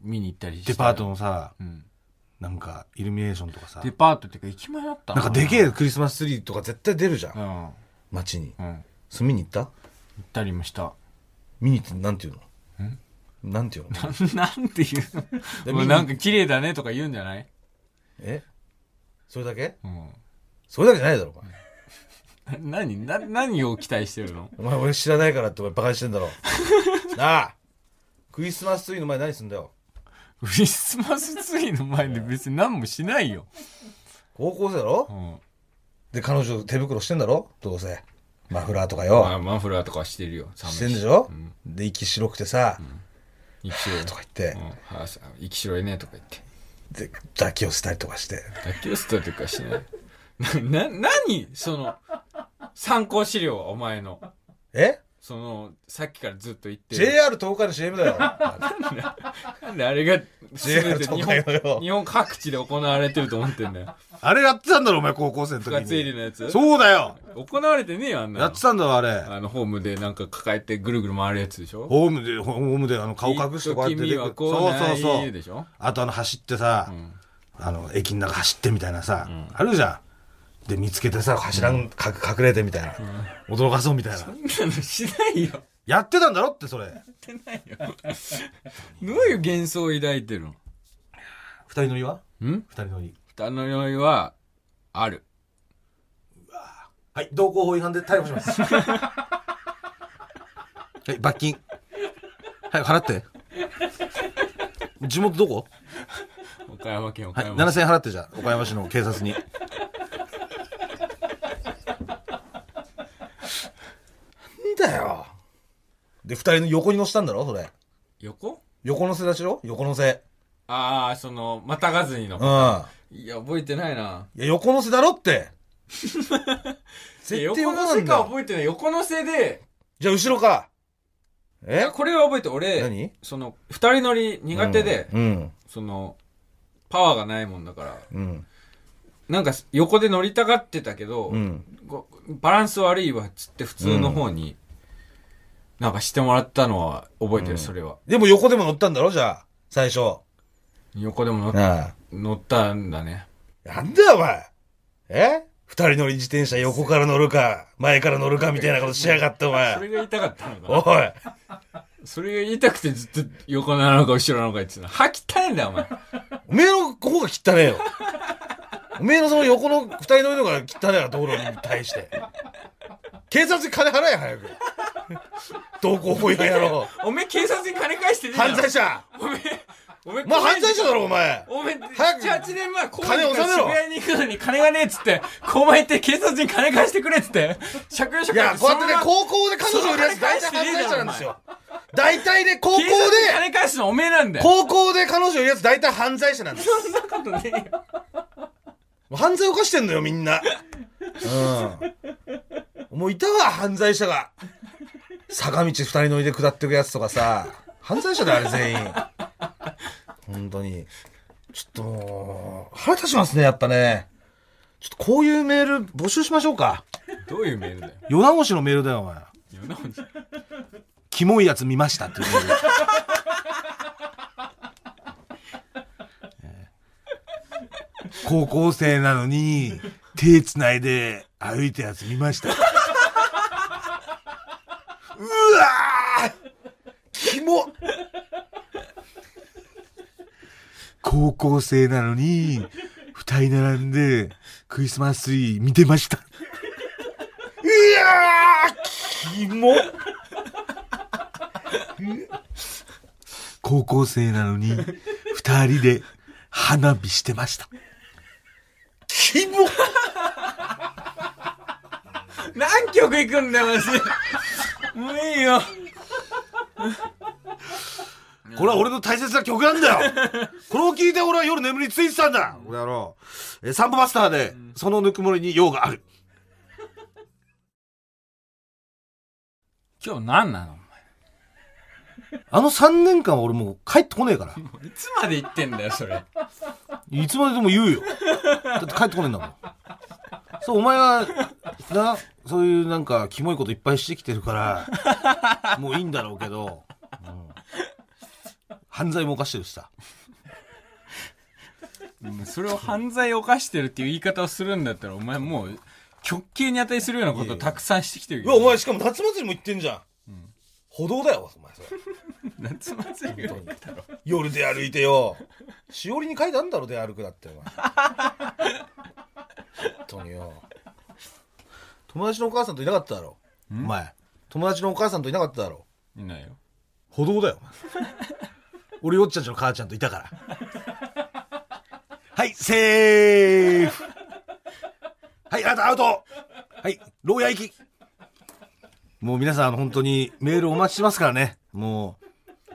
[SPEAKER 1] 見に行ったりして。
[SPEAKER 2] デパート。のさ、
[SPEAKER 1] うん。
[SPEAKER 2] なんか、イルミネーションとかさ。
[SPEAKER 1] デパートっていうか、駅前だった
[SPEAKER 2] なんかでけえクリスマスツリーとか絶対出るじゃ。
[SPEAKER 1] うんん。うん。
[SPEAKER 2] 街に。
[SPEAKER 1] 行
[SPEAKER 2] それ見に行った
[SPEAKER 1] ったりもした。
[SPEAKER 2] 見に行ってなんていうのなんていうの
[SPEAKER 1] なんていうの
[SPEAKER 2] でみ
[SPEAKER 1] もうん
[SPEAKER 2] な
[SPEAKER 1] なんか綺麗だねとか言うんじゃない
[SPEAKER 2] えそれだけ
[SPEAKER 1] うん。
[SPEAKER 2] それだけじゃないだろ、
[SPEAKER 1] な何な、何を期待してるの
[SPEAKER 2] お前。お前俺知らないからってお前バカにしてん だろ。なあクリスマスツリーの前何すんだよ。
[SPEAKER 1] クリスマスツリーの前で別に何もしないよ。
[SPEAKER 2] 高校生だろ
[SPEAKER 1] うん。
[SPEAKER 2] で、彼女手袋してんだろどうせ。マフラーとか
[SPEAKER 1] まあ、
[SPEAKER 2] よ。
[SPEAKER 1] マフラーとかはしてるよ。寒い
[SPEAKER 2] してんでしょ
[SPEAKER 1] うん
[SPEAKER 2] で、息白くてさ、
[SPEAKER 1] 息白い。
[SPEAKER 2] とか言って
[SPEAKER 1] うん、はあ、息白いねとか言って。
[SPEAKER 2] で、抱き寄せたりとかして。
[SPEAKER 1] 抱きストとかしない。な、な、何その、参考資料はお前の。
[SPEAKER 2] え
[SPEAKER 1] その、さっきからずっと言ってる。
[SPEAKER 2] ?JR 東海の CM だよ。
[SPEAKER 1] なんであれが、全
[SPEAKER 2] JR
[SPEAKER 1] て日
[SPEAKER 2] 東
[SPEAKER 1] 本
[SPEAKER 2] 海のよ。
[SPEAKER 1] 日本各地で行われてると思ってんだよ。
[SPEAKER 2] あれやってたんだろ、お前高校生の
[SPEAKER 1] 部活入りのやつ
[SPEAKER 2] そうだよ
[SPEAKER 1] 行われてねえよ、あんなの
[SPEAKER 2] やってたんだろ、あれ。
[SPEAKER 1] あの、ホームでなんか抱えてぐるぐる回るやつでしょ
[SPEAKER 2] ホームで、ホームであの顔隠してこうやって出て
[SPEAKER 1] 君
[SPEAKER 2] く
[SPEAKER 1] は
[SPEAKER 2] る。
[SPEAKER 1] こう
[SPEAKER 2] そうそう
[SPEAKER 1] な
[SPEAKER 2] そ
[SPEAKER 1] いう
[SPEAKER 2] う。
[SPEAKER 1] でしょ
[SPEAKER 2] あとあの走ってさ、
[SPEAKER 1] ん
[SPEAKER 2] あの駅の中走ってみたいなさ、
[SPEAKER 1] ん
[SPEAKER 2] あるじゃん。で、見つけてさ、柱にか隠れてみたいな。驚かそうみたいな。
[SPEAKER 1] そんなのしないよ。
[SPEAKER 2] やってたんだろって、それ。
[SPEAKER 1] やってないよ。どういう幻想を抱いてるの
[SPEAKER 2] 二人乗りは
[SPEAKER 1] ん
[SPEAKER 2] 二人乗り。
[SPEAKER 1] 二の酔いは、ある。
[SPEAKER 2] はい、道交法違反で逮捕し ます。はい、罰金。はい、払って。地元どこ
[SPEAKER 1] 岡山県岡
[SPEAKER 2] はい、
[SPEAKER 1] 山市。
[SPEAKER 2] 7000円払ってじゃあ、岡山市の警察に。なんだよ。で、二人の横に乗せたんだろそれ。
[SPEAKER 1] 横
[SPEAKER 2] 横乗せだしろ横乗せ。
[SPEAKER 1] ああ、その、またがずにの
[SPEAKER 2] うん。い。や、
[SPEAKER 1] いや、覚えてないな。
[SPEAKER 2] 横乗せだ ろって。
[SPEAKER 1] いや
[SPEAKER 2] 絶対
[SPEAKER 1] 横
[SPEAKER 2] 横
[SPEAKER 1] の
[SPEAKER 2] な
[SPEAKER 1] せ
[SPEAKER 2] ん
[SPEAKER 1] か
[SPEAKER 2] だ。
[SPEAKER 1] 覚えてない。横のせで、
[SPEAKER 2] じゃあ、後ろか。
[SPEAKER 1] い
[SPEAKER 2] え
[SPEAKER 1] やこれは覚えて、俺、
[SPEAKER 2] 何
[SPEAKER 1] その、二人乗り苦手で、
[SPEAKER 2] うん。
[SPEAKER 1] その、パワーがないもんだから、
[SPEAKER 2] うん。
[SPEAKER 1] なんか横で乗りたがってたけど、
[SPEAKER 2] うん。
[SPEAKER 1] こうバランス悪いわっつって普通の方に、なんかしてもらったのは覚えてる、
[SPEAKER 2] うん
[SPEAKER 1] それは。
[SPEAKER 2] でも横でも乗ったんだろじゃあ、最初。
[SPEAKER 1] 横でも乗っ
[SPEAKER 2] なあ。
[SPEAKER 1] 乗ったんだね。
[SPEAKER 2] なんだよ、お前。え二人乗り自転車横から乗るか、前から乗るかみたいなことしやがって、お
[SPEAKER 1] それ
[SPEAKER 2] 前。
[SPEAKER 1] が言いたかったのか
[SPEAKER 2] お。
[SPEAKER 1] ないそれが言いたくてずっと横なのか後ろなのか言ってたの。吐きたいんだよ、お 前。
[SPEAKER 2] おめえの方が汚ねえよ。おめえのその横の二人乗りの方が汚ねえな、道路に対して。警察に金払え、早く。道交法違反やろ。
[SPEAKER 1] おめえ警察に金返してねえだろ
[SPEAKER 2] 犯罪者。
[SPEAKER 1] おめえ、おめえ、
[SPEAKER 2] お前犯罪者だろ、お前。
[SPEAKER 1] おめえ、
[SPEAKER 2] 早く
[SPEAKER 1] 7、8年前、公
[SPEAKER 2] 金
[SPEAKER 1] 園
[SPEAKER 2] 納めろ
[SPEAKER 1] から渋谷に行くのに金がねえっつって、公前行って警察に金返してくれっつって、借用書
[SPEAKER 2] いや、こうやっ
[SPEAKER 1] その
[SPEAKER 2] てね、
[SPEAKER 1] まま
[SPEAKER 2] 高校で彼女売るやつ、大体犯罪者なんですよ。大体ね、高校で
[SPEAKER 1] 警、察に金返すのおめえなんだよ。
[SPEAKER 2] 高校で彼女売るやつ、大体犯罪者なんです。
[SPEAKER 1] そんなことねえよ。
[SPEAKER 2] 犯罪犯してんのよ、みんな。うん。もういたわ、犯罪者が。坂道二人乗りで下ってくやつとかさ、犯罪者だよ、あれ全員。本当に。ちょっともう、腹立ちますね、やっぱね。ちょっとこういうメール募集しましょうか。
[SPEAKER 1] どういうメールだよ。
[SPEAKER 2] 世直しのメールだよ、お前。
[SPEAKER 1] 世直し
[SPEAKER 2] キモいやつ見ましたっていうメール。え高校生なのに、手つないで歩いたやつ見ました。うわーキモ高校生なのに、二人並んで、クリスマスツリー見てました。いやーキモ高校生なのに、二人で花火してました。キモ
[SPEAKER 1] 何曲いくんだよ、マジで。もういいよ。
[SPEAKER 2] これは俺の大切な曲なんだよこれを聞いて俺は夜眠りついてたんだこの野郎。えー、サンボマスターで、そのぬくもりに用がある。
[SPEAKER 1] 今日何なの
[SPEAKER 2] あの3年間俺もう帰ってこねえから。
[SPEAKER 1] お前いつまで言ってんだよ、それ。
[SPEAKER 2] いつまででも言うよ。だって帰ってこねえんだもん。そう、お前は、な、そういうなんか、キモいこといっぱいしてきてるから、もういいんだろうけど、うん犯罪も犯してるしさ。
[SPEAKER 1] うんそれを犯罪を犯してるっていう言い方をするんだったら、お前もう、極刑に値するようなことをたくさんしてきてるけど。
[SPEAKER 2] しかも夏祭りも行ってんじゃん。歩道だよ、お前それ。
[SPEAKER 1] 夏祭りよ。
[SPEAKER 2] 夜で歩いてよ。しおりに書いてあるんだろ、で歩くだって、お前。本当によ。友達のお母さんといなかっただろ。お前。友達のお母さんといなかっただろ。
[SPEAKER 1] いないよ。
[SPEAKER 2] 歩道だよ。俺、よっちゃんちの母ちゃんといたから。はい、セーフはい、あなたアウトはい、牢屋行きもう皆さん、あの、本当にメールお待ちしてますからね。もう、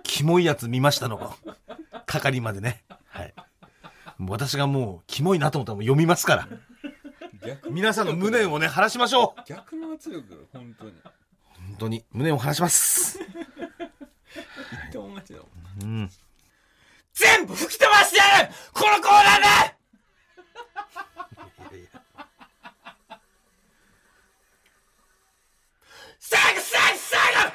[SPEAKER 2] キモいやつ見ましたの、係までね。はい。もう私がもう、キモいなと思ったらもう読みますから。
[SPEAKER 1] 逆
[SPEAKER 2] 皆さんの無念をね、晴らしましょう
[SPEAKER 1] 逆の圧力だ、本当に。
[SPEAKER 2] 本当に、無念を晴らします。
[SPEAKER 1] 言ってお待ちだ。
[SPEAKER 2] うん。
[SPEAKER 1] 全部吹き飛ばしてやるこのコーナーで最後最後最後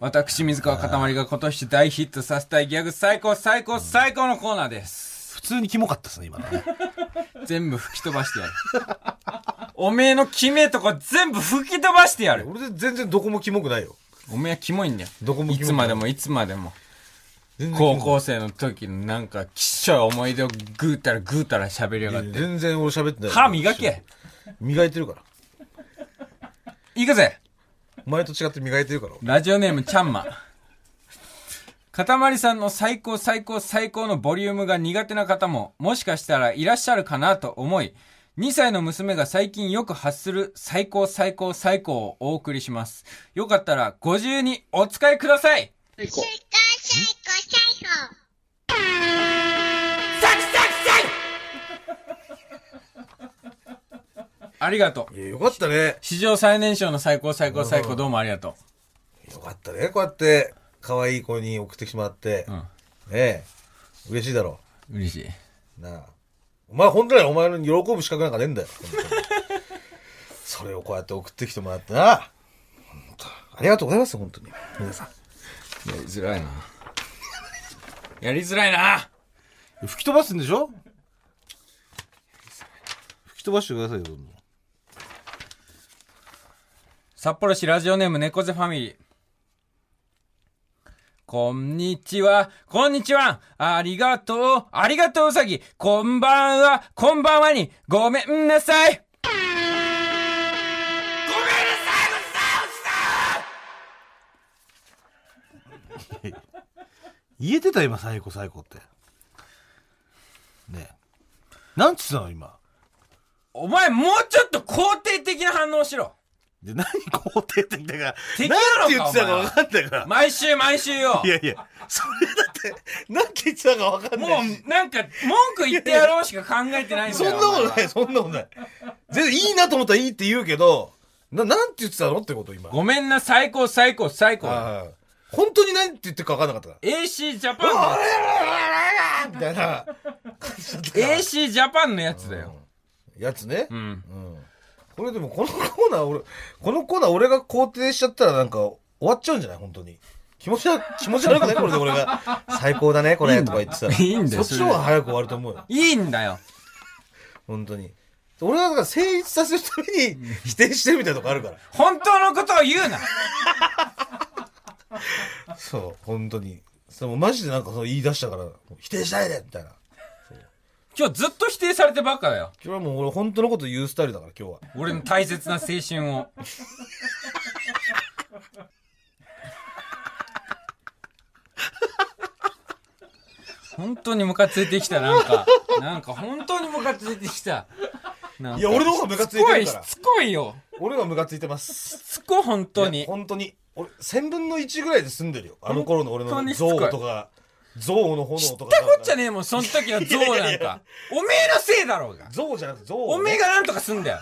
[SPEAKER 1] 私、水川かたまりが今年大ヒットさせたいギャグ最高最高最高のコーナーです。
[SPEAKER 2] 普通にキモかったっすね、今のね。
[SPEAKER 1] 全部吹き飛ばしてやる。おめえのキメえとこ全部吹き飛ばしてやる。
[SPEAKER 2] 俺全然どこもキモくないよ。
[SPEAKER 1] おめえはキモいんだよ。
[SPEAKER 2] どこも
[SPEAKER 1] い
[SPEAKER 2] キモい
[SPEAKER 1] つまでもいつまでも。高校生の時のなんか、きっしょい思い出をぐうたらぐうたら喋りやがって。
[SPEAKER 2] 全然俺喋ってない。
[SPEAKER 1] 歯磨け
[SPEAKER 2] 磨いてるから。
[SPEAKER 1] 行くぜ
[SPEAKER 2] 前と違って磨いてるから。
[SPEAKER 1] ラジオネームちゃんま。かたまりさんの最高最高最高のボリュームが苦手な方も、もしかしたらいらっしゃるかなと思い、2歳の娘が最近よく発する最高最高最高をお送りします。よかったらご自由にお使いください
[SPEAKER 6] 最高最高最高
[SPEAKER 1] ありがとう。
[SPEAKER 2] いや、よかったね。
[SPEAKER 1] 史上最年少の最高最高最高どうもありがと
[SPEAKER 2] よかったね。こうやって、可愛い子に送ってしまって。
[SPEAKER 1] う。
[SPEAKER 2] ね
[SPEAKER 1] うん。
[SPEAKER 2] え。嬉しいだろ
[SPEAKER 1] 嬉しい。
[SPEAKER 2] う。なあ。お前、本当にお前の喜ぶ資格なんかねえんだよ。本当にそれをこうやって送ってきてもらってな。本当ありがとうございます、本当に。皆さん。
[SPEAKER 1] やりづらいな。やりづらいな
[SPEAKER 2] 吹き飛ばすんでしょ吹き飛ばしてくださいよ、どんどん。
[SPEAKER 1] 札幌市ラジオネーム猫背ファミリー。こんにちは、こんにちは、ありがとう、ありがとううさぎ、こんばんは、こんばんはに、ごめんなさい
[SPEAKER 2] 言えてた今最高最高ってねえなんつってたの今
[SPEAKER 1] お前もうちょっと肯定的な反応しろ
[SPEAKER 2] で何肯定的だから
[SPEAKER 1] 敵なの
[SPEAKER 2] 何
[SPEAKER 1] か
[SPEAKER 2] て言ってたか分かんないから、
[SPEAKER 1] 毎週毎週よ
[SPEAKER 2] いやいやそれだって何て言ってたか分かん
[SPEAKER 1] も
[SPEAKER 2] ないし
[SPEAKER 1] うなんか文句言ってやろうしか考えてないん
[SPEAKER 2] そ
[SPEAKER 1] だ
[SPEAKER 2] ん
[SPEAKER 1] よ
[SPEAKER 2] なことない
[SPEAKER 1] い
[SPEAKER 2] そんなことない全然いいなと思ったらいいって言うけどな何て言ってたのってこと今
[SPEAKER 1] ごめんな最高最高最高
[SPEAKER 2] ああ本当に何て言ってるか分かんなかったか
[SPEAKER 1] AC ジャ
[SPEAKER 2] ら
[SPEAKER 1] パン
[SPEAKER 2] あみたいな感じだったから
[SPEAKER 1] AC ジャパンのやつだよ
[SPEAKER 2] やつね
[SPEAKER 1] うん
[SPEAKER 2] うんこれでもこのコーナー俺、このコーナー俺が肯定しちゃったらなんか終わっちゃうんじゃない本当に。気持ちだ、気持ち悪くないこれで俺 が、最高だね、これ、とか言ってた
[SPEAKER 1] い
[SPEAKER 2] ら。
[SPEAKER 1] いんだよ
[SPEAKER 2] そっちの方が早く終わると思うよ。
[SPEAKER 1] いいんだよ。
[SPEAKER 2] 本当に。俺はだから成立させるために否定してるみたいなとこあるか
[SPEAKER 1] 本当のことを言うな。
[SPEAKER 2] ら。そう、本当に。そのマジでなんかその言い出したから、否定しないでみたいな。
[SPEAKER 1] 今日ずっと否定されてばっかだよ。
[SPEAKER 2] 今日はもう俺本当のこと言うスタイルだから、今日は。
[SPEAKER 1] 俺の大切な青春を。本当にムカついてきた、なんか。なんか本当にムカついてきた。なんか
[SPEAKER 2] いや、俺の方がムカつ
[SPEAKER 1] しつ
[SPEAKER 2] い
[SPEAKER 1] こ
[SPEAKER 2] てる
[SPEAKER 1] い、
[SPEAKER 2] か
[SPEAKER 1] し
[SPEAKER 2] ら。
[SPEAKER 1] つこいよ。
[SPEAKER 2] 俺はムカついてま
[SPEAKER 1] し
[SPEAKER 2] す。
[SPEAKER 1] つこい、本当
[SPEAKER 2] いや
[SPEAKER 1] に。
[SPEAKER 2] 本当に。俺、千分の一ぐらいで済んでるよ。あの頃の俺
[SPEAKER 1] 本当
[SPEAKER 2] の
[SPEAKER 1] にしつこ
[SPEAKER 2] 憎
[SPEAKER 1] い
[SPEAKER 2] 悪とか、憎悪の炎とか。
[SPEAKER 1] こっちゃねえもん、その時の象
[SPEAKER 2] いや
[SPEAKER 1] ないん
[SPEAKER 2] や
[SPEAKER 1] か。おめえのせいだろうが。
[SPEAKER 2] 憎悪じゃなくて憎悪ね。
[SPEAKER 1] おめえがなんとかすんだよ。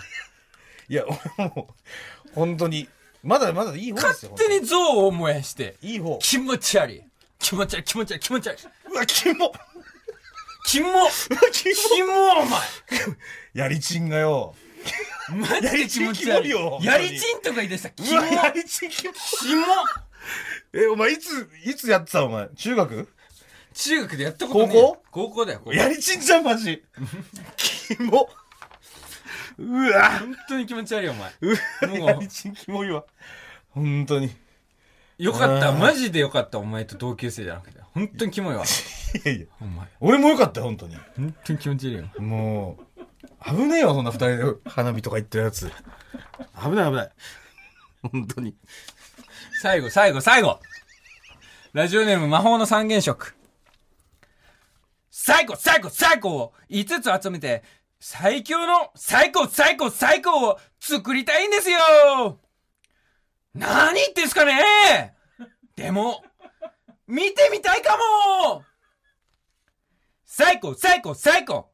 [SPEAKER 2] いや、俺もう、本当に。まだまだいい方です
[SPEAKER 1] 勝
[SPEAKER 2] よ。
[SPEAKER 1] 手に象を燃やして。
[SPEAKER 2] に。いい方。
[SPEAKER 1] 気持ち悪い。気持ち悪い、気持ち悪い、気持ち悪い。
[SPEAKER 2] うわ、キモ
[SPEAKER 1] キモ
[SPEAKER 2] キモ
[SPEAKER 1] キモ
[SPEAKER 2] やりちんがよ。
[SPEAKER 1] お前マジで気持ち悪い
[SPEAKER 2] やりちんキモいよ
[SPEAKER 1] やりちんとか言い出したキ
[SPEAKER 2] う
[SPEAKER 1] モ
[SPEAKER 2] わ、やりちんキモ
[SPEAKER 1] キモ
[SPEAKER 2] え、お前いつ、いつやってたお前。中学
[SPEAKER 1] 中学でやったことねえ
[SPEAKER 2] 高校
[SPEAKER 1] 高校だよ、高校
[SPEAKER 2] やりちんじゃん、マジ。キモ。うわ、
[SPEAKER 1] 本当に気持ち悪いよ、お前。
[SPEAKER 2] うわ
[SPEAKER 1] もう
[SPEAKER 2] やりちんキモいわ。本当に。い
[SPEAKER 1] よかった、
[SPEAKER 2] あー
[SPEAKER 1] マジでよかった、お前と同級生じゃなくて。本当にキ モいわ。
[SPEAKER 2] やいや、
[SPEAKER 1] お前、
[SPEAKER 2] 俺もよかったよ、本当に。
[SPEAKER 1] 本当に気持ち悪いよ。
[SPEAKER 2] もう、危ねえわ、そんな二人で花火とか言ってるやつ。危ない危ない。本当に。
[SPEAKER 1] 最後、最後、最後ラジオネーム魔法の三原色。最高、最高、最高を5つ集めて、最強の最高、最高、最高を作りたいんですよ何言ってんすかねでも、見てみたいかも最高、最高、最高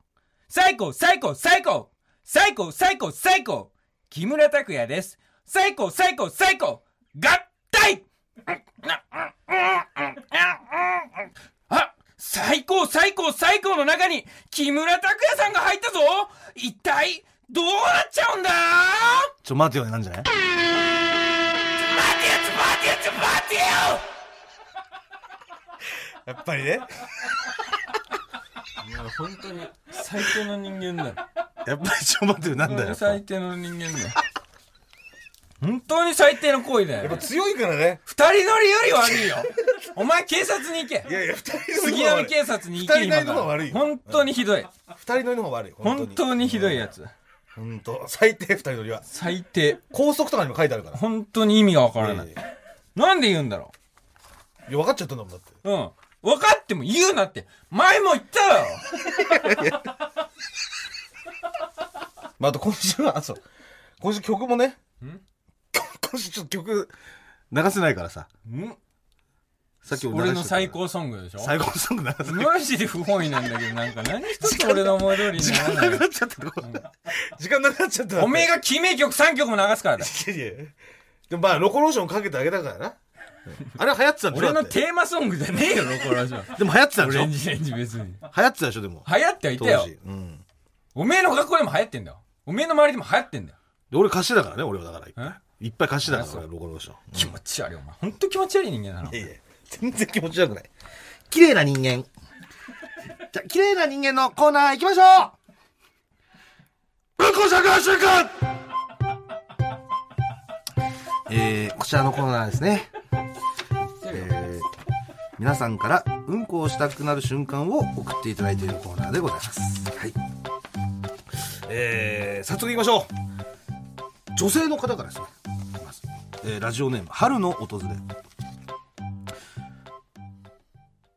[SPEAKER 1] 最高、最高、最高最高、最高、最高木村拓哉です。最高、最高、最高合体あ最高、最高、最高の中に木村拓哉さんが入ったぞ一体、どうなっちゃうんだ
[SPEAKER 2] ちょ、待てよ、なんじゃない
[SPEAKER 1] 待てよちょ待てよちょ待てよ
[SPEAKER 2] やっぱりね。
[SPEAKER 1] いや、本当に、最低の人間だよ。
[SPEAKER 2] やっぱりちょ待ってよなんだよ。やっぱ
[SPEAKER 1] 最低の人間だよ。本当に最低の行為だ
[SPEAKER 2] やっ
[SPEAKER 1] よ
[SPEAKER 2] ぱ。強いからね。
[SPEAKER 1] 二人乗りより悪いよ。お前警察に行け
[SPEAKER 2] い。やいや、二人乗り
[SPEAKER 1] 杉
[SPEAKER 2] の方が
[SPEAKER 1] 並
[SPEAKER 2] 悪い。
[SPEAKER 1] 警察に行け
[SPEAKER 2] 二人乗
[SPEAKER 1] 今
[SPEAKER 2] り
[SPEAKER 1] か
[SPEAKER 2] の方が悪い
[SPEAKER 1] ら。
[SPEAKER 2] よ
[SPEAKER 1] 本当にひどい。
[SPEAKER 2] 二人乗りの方が悪い。
[SPEAKER 1] 本当にひどいや。つ。
[SPEAKER 2] 本当。最低二人乗りは。
[SPEAKER 1] 最低。
[SPEAKER 2] 高速とかにも書いてあるから。
[SPEAKER 1] 本当に意味がわからない
[SPEAKER 2] い。やい
[SPEAKER 1] なんで言うんだろ
[SPEAKER 2] や、分かっちゃったんだもん、だって。
[SPEAKER 1] う。うん。分かっても言うなって。前も言ったよ。
[SPEAKER 2] まあ、あと今週は、あ、そう。今週曲もね。今週ちょっと曲、流せないからさ。
[SPEAKER 1] ん
[SPEAKER 2] さっき
[SPEAKER 1] 俺の最
[SPEAKER 2] 流し
[SPEAKER 1] 高ソングでしょ
[SPEAKER 2] ちゃったから。最高ソング流せない。
[SPEAKER 1] マジで不本意なんだけど、なんか何 一つ俺の思い通りにならない
[SPEAKER 2] な。っちゃったこれ時間なくなっちゃった。
[SPEAKER 1] おめえが決め曲3曲も流すからだ。
[SPEAKER 2] いやいやでもまあ、ロコローションかけてあげたからな。あれは流行ってたんでしょ
[SPEAKER 1] 俺の
[SPEAKER 2] だって
[SPEAKER 1] テーマソングじゃねえよ、ロコラジオ。
[SPEAKER 2] でも流行ってたん
[SPEAKER 1] オ
[SPEAKER 2] でしょ
[SPEAKER 1] レン
[SPEAKER 2] 流
[SPEAKER 1] ジレンジ別に。
[SPEAKER 2] 行ってたでしょ、でも。
[SPEAKER 1] 流行ってはいた
[SPEAKER 2] 当
[SPEAKER 1] よ
[SPEAKER 2] 時。。うん。
[SPEAKER 1] おめえの学校でも流行ってんだよ。おめえの周りでも流行ってんだよ。
[SPEAKER 2] で俺歌詞だからね、俺はだからいっぱ
[SPEAKER 1] え
[SPEAKER 2] い。いっぱい歌詞だか
[SPEAKER 1] あ
[SPEAKER 2] ら、
[SPEAKER 1] そう
[SPEAKER 2] 俺、ロコローション。
[SPEAKER 1] 気持ち悪い、お前。ほんと気持ち悪い人間だな。
[SPEAKER 2] いやいや、全然気持ち悪くない。綺麗な人間。じゃあ、綺麗な人間のコーナー行きましょう文庫尺八週間えー、こちらのコーナーですね。えー、皆さんからうんこをしたくなる瞬間を送っていただいているコーナーでございます。はい。えー、早速行きましょう女性の方からですね。いきますえー、ラジオネーム、春の訪れ。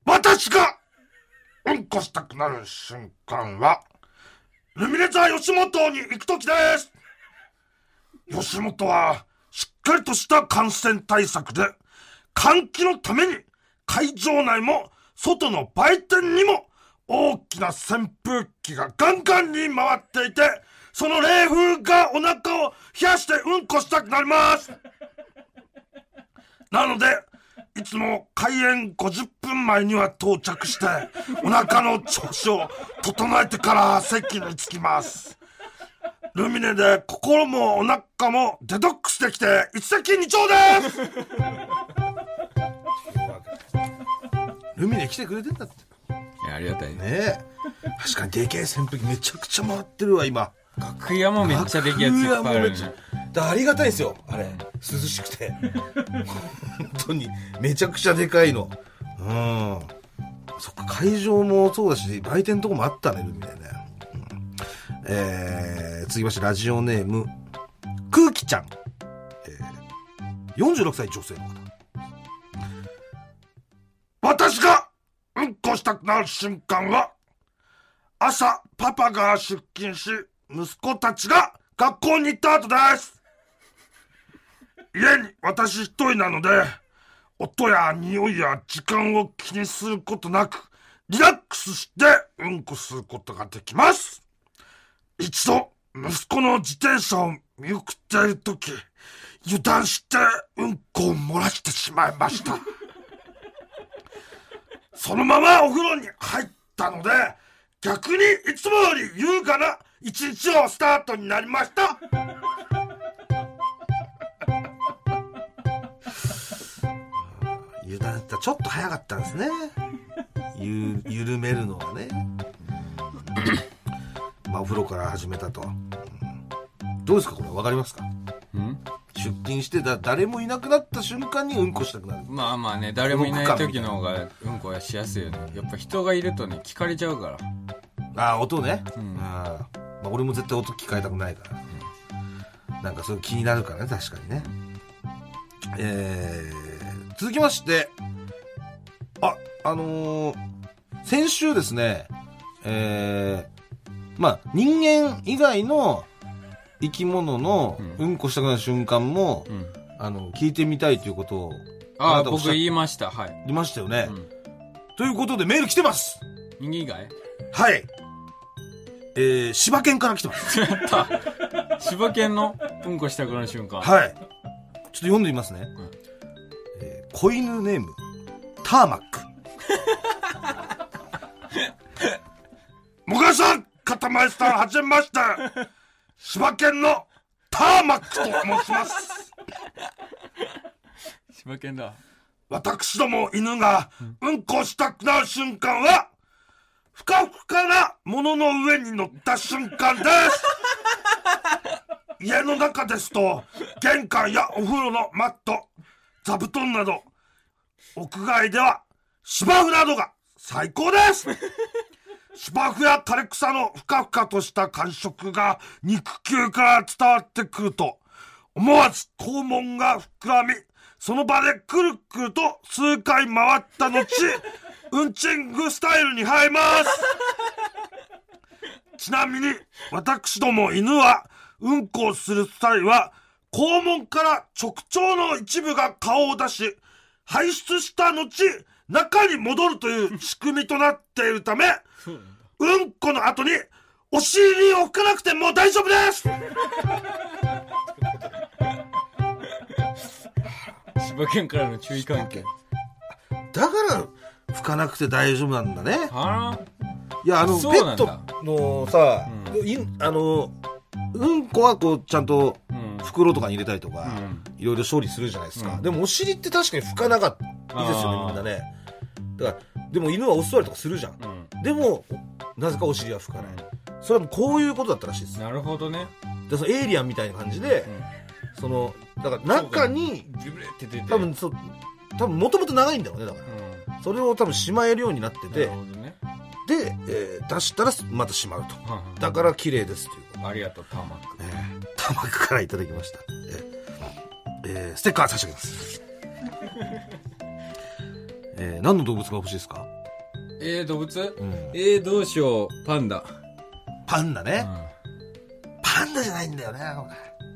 [SPEAKER 7] 私がうんこしたくなる瞬間は、ルミネザ吉本に行くときです吉本は、しっかりとした感染対策で、換気のために、会場内も、外の売店にも、大きな扇風機がガンガンに回っていて、その冷風がお腹を冷やしてうんこしたくなりますなので、いつも開演50分前には到着して、お腹の調子を整えてから席に着きます。ルミネで心もお腹もデトックスできて一石二鳥です
[SPEAKER 2] ルミネ来てくれてんだって。
[SPEAKER 1] いやありがたいね。
[SPEAKER 2] ねえ。確かにでけえ扇風機めちゃくちゃ回ってるわ、今。
[SPEAKER 1] 楽屋もめっちゃできやついっぱいあるね。
[SPEAKER 2] だからありがたいですよあれ涼しくて本当にめちゃくちゃでかいのうんそっか会場もそうだし売店のとこもあったねルミネね、うんえー、次ましてラジオネーム空気ちゃん、えー、46歳女性の方
[SPEAKER 7] 私がうんこしたくなる瞬間は朝パパが出勤し息子たちが学校に行った後です家に私一人なので音や匂いや時間を気にすることなくリラックスしてうんこすることができます一度息子の自転車を見送っている時油断してうんこを漏らしてしまいました そのままお風呂に入ったので、逆にいつもより優雅な一日のスタートになりました。
[SPEAKER 2] 油断したちょっと早かったんですねゆ緩めるのはねうんまあお風呂から始めたと、うんどうですかこれ分かりますか
[SPEAKER 1] うん
[SPEAKER 2] 出勤してだ誰もいなくなった瞬間にうんこしたくなる
[SPEAKER 1] まあまあね、誰もいない時の方がうんこはしやすいよね。やっぱ人がいるとね、聞かれちゃうから。
[SPEAKER 2] ああ音ね、
[SPEAKER 1] うん
[SPEAKER 2] あーまあ、俺も絶対音聞かれたくないから、なんかそういう気になるからね確かにねえー、続きましてああのー先週ですねえーまあ人間以外の生き物のう
[SPEAKER 1] うん
[SPEAKER 2] こしたくなる瞬間も、
[SPEAKER 1] うん。
[SPEAKER 2] あの聞いてみたいということをあ
[SPEAKER 1] あ
[SPEAKER 2] な
[SPEAKER 1] あ、
[SPEAKER 2] たおっしゃ
[SPEAKER 1] 僕言いました。はい。
[SPEAKER 2] 言いましたよね、
[SPEAKER 1] うん。
[SPEAKER 2] ということでメール来てます
[SPEAKER 1] 人間以外
[SPEAKER 2] はい。えー、柴犬から来てます。
[SPEAKER 1] やった柴犬のうんこしたくなる瞬間。
[SPEAKER 2] はい。ちょっと読んでみますね。
[SPEAKER 1] ん
[SPEAKER 2] えー子犬ネーム、ターマック。
[SPEAKER 7] もがさん、かたまりさん、はじめまして。柴犬のターマックと申します。
[SPEAKER 1] 柴犬だ。
[SPEAKER 7] 私ども犬がうんこしたくなる瞬間は、ふかふかなものの上に乗った瞬間です。家の中ですと、玄関やお風呂のマット、座布団など、屋外では芝生などが最高です。芝生や垂れ草のふかふかとした感触が肉球から伝わってくると、思わず肛門が膨らみ、その場でくるくると数回回った後、うんちんぐスタイルに入ります。 ちなみに、私ども犬は、うんこをする際は、肛門から直腸の一部が顔を出し、排出した後、中に戻るという仕組みとなっているため、うんこの後に、お尻を拭かなくても大丈夫です
[SPEAKER 1] 柴犬からの注意喚起。
[SPEAKER 2] だから、拭かなくて大丈夫なんだね。
[SPEAKER 1] あ
[SPEAKER 2] いや、あの、ペ
[SPEAKER 1] そう
[SPEAKER 2] ッ
[SPEAKER 1] なん
[SPEAKER 2] ト
[SPEAKER 1] だ
[SPEAKER 2] のさ、
[SPEAKER 1] う
[SPEAKER 2] いあの、うんこはこう、ちゃんと
[SPEAKER 1] らうん。
[SPEAKER 2] 袋とかに入れたりとか、
[SPEAKER 1] うん。
[SPEAKER 2] いろいろ処理するじゃないですか。
[SPEAKER 1] うん
[SPEAKER 2] でも、お尻って確かに拭かなかった。いいですよね、
[SPEAKER 1] あー
[SPEAKER 2] みんなね。だから、でも犬はお座りとかするじゃん。
[SPEAKER 1] うん。
[SPEAKER 2] でも、なぜかお尻は拭かない。それはこういうことだったらしいです。
[SPEAKER 1] なるほどね。
[SPEAKER 2] でそのエイリアンみたいな感じで、そのだから中に
[SPEAKER 1] ジュブレって出て。
[SPEAKER 2] 多分そう多分もともと長いんだろうねだか
[SPEAKER 1] うん。
[SPEAKER 2] らそれを多分しまえるようになって
[SPEAKER 1] なる
[SPEAKER 2] て
[SPEAKER 1] ほどね。
[SPEAKER 2] で、えー出したらまたしまうと
[SPEAKER 1] はんはん
[SPEAKER 2] だから綺麗ですというこ
[SPEAKER 1] ありがとう、ターマック。
[SPEAKER 2] とねタマクからいただきましたえーえーステッカー差し上げます、 えー何の動物が欲しいですか、
[SPEAKER 1] えー、動物
[SPEAKER 2] うん
[SPEAKER 1] えー、どうしよう。パンダ。
[SPEAKER 2] パンダ
[SPEAKER 1] う
[SPEAKER 2] ね、
[SPEAKER 1] ん。
[SPEAKER 2] パンダじゃないんだよね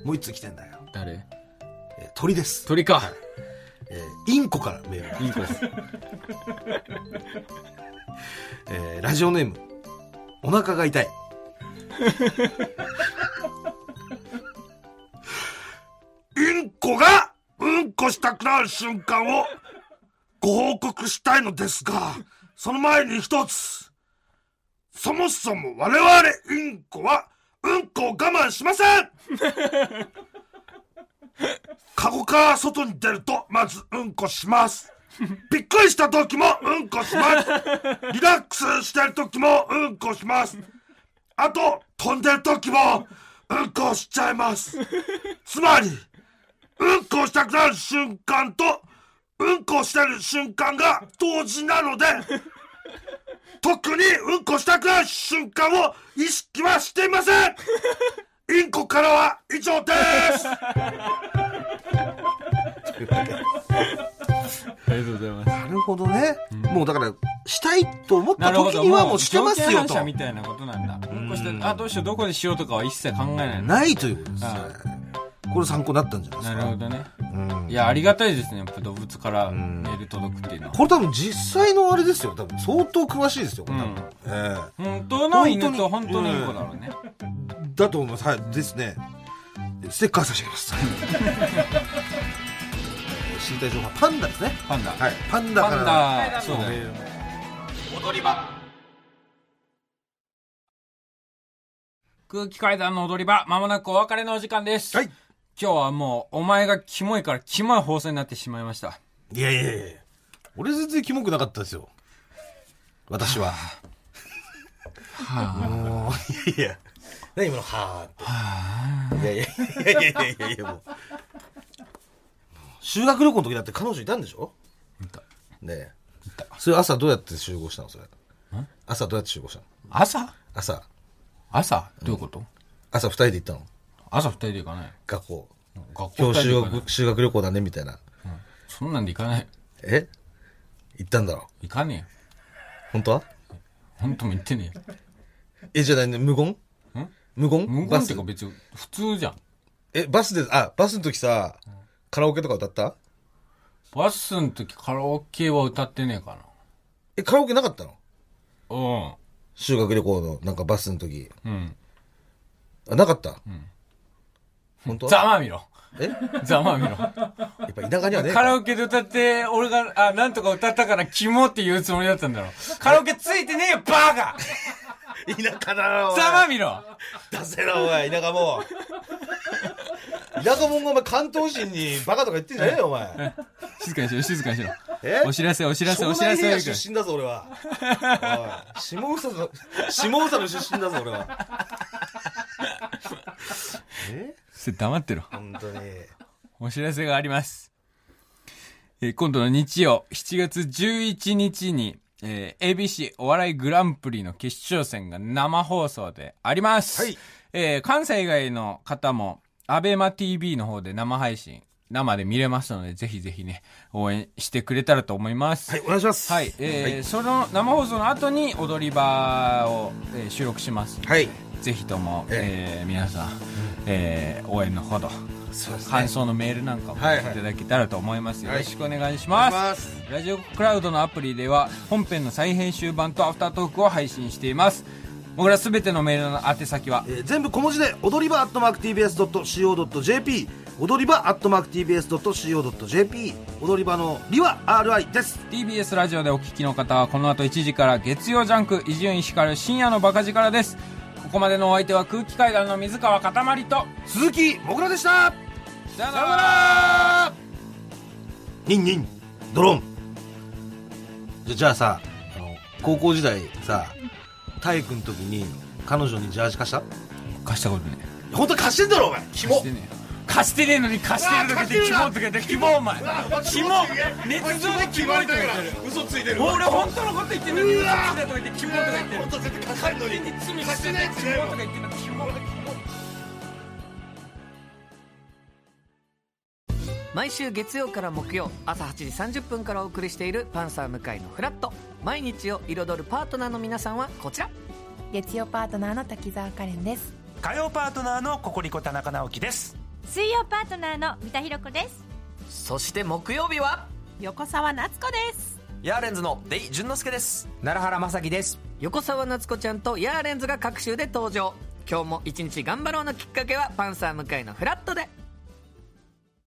[SPEAKER 2] もう一つ来てんだよ、
[SPEAKER 1] 誰
[SPEAKER 2] えー鳥です、
[SPEAKER 1] 鳥か。
[SPEAKER 2] えーインコからメールが
[SPEAKER 1] インコ です。
[SPEAKER 2] えーラジオネーム、お腹が痛い。
[SPEAKER 7] インコがうんこしたくなる瞬間をご報告したいのですが、その前に一つ。そもそも我々インコはうんこを我慢しませんカゴから外に出るとまずうんこします。 びっくりした時もうんこします。リラックスしてる時もうんこします。あと、飛んでる時もうんこしちゃいます。つまり、うんこしたくなる瞬間と、うんこしてる瞬間が同時なので、特にうんこしたくなる瞬間を意識はしていませんインコからは以上です
[SPEAKER 1] ありがとうございます。
[SPEAKER 2] なるほどね。もうだから、したいと思った
[SPEAKER 1] なるほ
[SPEAKER 2] 時
[SPEAKER 1] ど。
[SPEAKER 2] にはもうしてます
[SPEAKER 1] 条件
[SPEAKER 2] よ
[SPEAKER 1] 反
[SPEAKER 2] と。
[SPEAKER 1] 射みたいなことなんだ。うんこして、あ、どうしよう、どこでしようとかは一切考えないの。
[SPEAKER 2] ないということですね。これ参考になったんじゃないです
[SPEAKER 1] な
[SPEAKER 2] か。
[SPEAKER 1] るほどね。
[SPEAKER 2] うん
[SPEAKER 1] いや、ありがたいですね。やっぱ動物からメール届くっていうのは。
[SPEAKER 2] これ多分実際のあれですよ。多分相当詳しいですよ。これ多分え
[SPEAKER 1] 本当の犬と本当のインコだろうね。
[SPEAKER 2] えだと思います。はい。ですね。ステッカー差し上 げます。知りたい情報はパンダですね。
[SPEAKER 1] パンダ。
[SPEAKER 2] はい。パンダか
[SPEAKER 1] パ
[SPEAKER 2] ら。
[SPEAKER 1] ンダ、そうだよ。空気階段の踊り場、まもなくお別れのお時間です。
[SPEAKER 2] はい。
[SPEAKER 1] 今日はもう、お前がキモいからキモい放送になってしまいました。
[SPEAKER 2] いやいやいやいや俺全然キモくなかったですよ。私は。
[SPEAKER 1] は
[SPEAKER 2] もう、いやいや。何今の、はーって。いやいやいやいやいやいや、もう。修学旅行の時だって彼女いたんでしょいた。ねえ。それ朝どうやって集合したのそれ。朝どうやって集合したの
[SPEAKER 1] あ、朝
[SPEAKER 2] 朝。
[SPEAKER 1] 朝どういうこと、
[SPEAKER 2] 朝二人で行ったの
[SPEAKER 1] 朝二人で行かない。
[SPEAKER 2] 学校。
[SPEAKER 1] 学校
[SPEAKER 2] 今
[SPEAKER 1] 二
[SPEAKER 2] 日
[SPEAKER 1] 人で
[SPEAKER 2] 修
[SPEAKER 1] 行かない
[SPEAKER 2] 学修学旅行だね、みたいな。
[SPEAKER 1] そんなんで行かない。
[SPEAKER 2] え行ったんだろ
[SPEAKER 1] 行かねえ
[SPEAKER 2] う本当は
[SPEAKER 1] よ。本当も行ってねえよ。
[SPEAKER 2] え、じゃないね、無言無言
[SPEAKER 1] 無言
[SPEAKER 2] バ
[SPEAKER 1] っ
[SPEAKER 2] ス
[SPEAKER 1] てか別に普通じゃん。
[SPEAKER 2] え、バスで、あ、バスの時さ、カラオケとか歌った
[SPEAKER 1] バスの時カラオケは歌ってねえか
[SPEAKER 2] え、カラオケなかったの
[SPEAKER 1] な。うん。
[SPEAKER 2] 修学旅行の、なんかバスの時。
[SPEAKER 1] うん。
[SPEAKER 2] あ、なかった、本当
[SPEAKER 1] ざまあみろ。
[SPEAKER 2] えや
[SPEAKER 1] ざまあみろ。
[SPEAKER 2] っぱ田舎にはね。
[SPEAKER 1] カラオケで歌って、俺が、あ、なんとか歌ったから、キモって言うつもりだったんだろ。カラオケついてねえよ、バーガー
[SPEAKER 2] 田舎だな、おい。
[SPEAKER 1] ざまみろ
[SPEAKER 2] 出せろ、おい、田舎もん。 田舎もんがお前、関東人にバカとか言ってんじゃねえよ、お前。
[SPEAKER 1] 静かにしろ、静かにしろ。
[SPEAKER 2] え
[SPEAKER 1] お知らせ、お知らせ、お
[SPEAKER 2] 湘
[SPEAKER 1] 知ら
[SPEAKER 2] 南
[SPEAKER 1] せを
[SPEAKER 2] 平
[SPEAKER 1] 言
[SPEAKER 2] 野
[SPEAKER 1] うから。
[SPEAKER 2] 出身だぞ、俺は。おい下総の、下総の出身だぞ、俺は。え
[SPEAKER 1] せ黙ってろ。
[SPEAKER 2] 本当に。
[SPEAKER 1] お知らせがあります。えー今度の日曜、7月11日に、えー ABC お笑いグランプリの決勝戦が生放送であります。
[SPEAKER 2] はい
[SPEAKER 1] えー関西以外の方も、アベマ TV の方で生配信、生で見れますので、ぜひぜひね、応援してくれたらと思います。
[SPEAKER 2] はい、お願いします。
[SPEAKER 1] はい、えーその生放送の後に踊り場を、えー収録します。
[SPEAKER 2] はい。
[SPEAKER 1] ぜひとも、
[SPEAKER 2] え
[SPEAKER 1] えー皆さん、えー応援のほど、
[SPEAKER 2] そうですね
[SPEAKER 1] 感想のメールなんかもい
[SPEAKER 2] はいはい
[SPEAKER 1] ただけたらと思います。
[SPEAKER 2] はい
[SPEAKER 1] よろしくお願いします。
[SPEAKER 2] お願いします
[SPEAKER 1] ラジオクラウドのアプリでは本編の再編集版とアフタートークを配信しています。僕らすべてのメールの宛先は
[SPEAKER 2] え、ー全部小文字で踊り場 atmarktbs.co.jp 踊り場 atmarktbs.co.jp 踊り場のりは RI です
[SPEAKER 1] TBS ラジオでお聞きの方はこの後1時から月曜ジャンク伊集院光深夜のバカ力です。ここまでのお相手は空気階段の水川かたまりと、
[SPEAKER 2] 鈴木もぐらでした
[SPEAKER 1] さよ
[SPEAKER 2] さよならニンニンドロンじゃじゃあさあの高校時代さ体育の時に彼女にジャージ貸した
[SPEAKER 1] 貸したことね
[SPEAKER 2] 本当に貸してんだろお前キモ
[SPEAKER 1] 貸してねえよ貸してねえのに貸してるだけでキモって言ってキモお前キモ熱情でキモいとか言ってる
[SPEAKER 7] 嘘ついてる
[SPEAKER 1] 俺本当のこと言ってんのに嘘つきだとか言ってキモとか言ってる
[SPEAKER 7] 本当絶対かかるのに
[SPEAKER 1] 罪
[SPEAKER 7] 貸してないやつ
[SPEAKER 1] キ
[SPEAKER 7] ね
[SPEAKER 1] モとか言ってんのにキモ
[SPEAKER 8] 毎週月曜から木曜朝8時30分からお送りしている「パンサー向井のフラット」毎日を彩るパートナーの皆さんはこちら
[SPEAKER 9] 月曜パートナーの滝沢カレンです
[SPEAKER 10] 火曜パートナーのココリコ田中直樹です
[SPEAKER 11] 水曜パートナーの三田寛子です
[SPEAKER 8] そして木曜日は
[SPEAKER 9] 横澤夏子です
[SPEAKER 10] ヤーレンズのデイ淳之介です奈良原雅樹です
[SPEAKER 8] 横澤夏子ちゃんとヤーレンズが各週で登場今日も一日頑張ろうのきっかけは「パンサー向井のフラットで」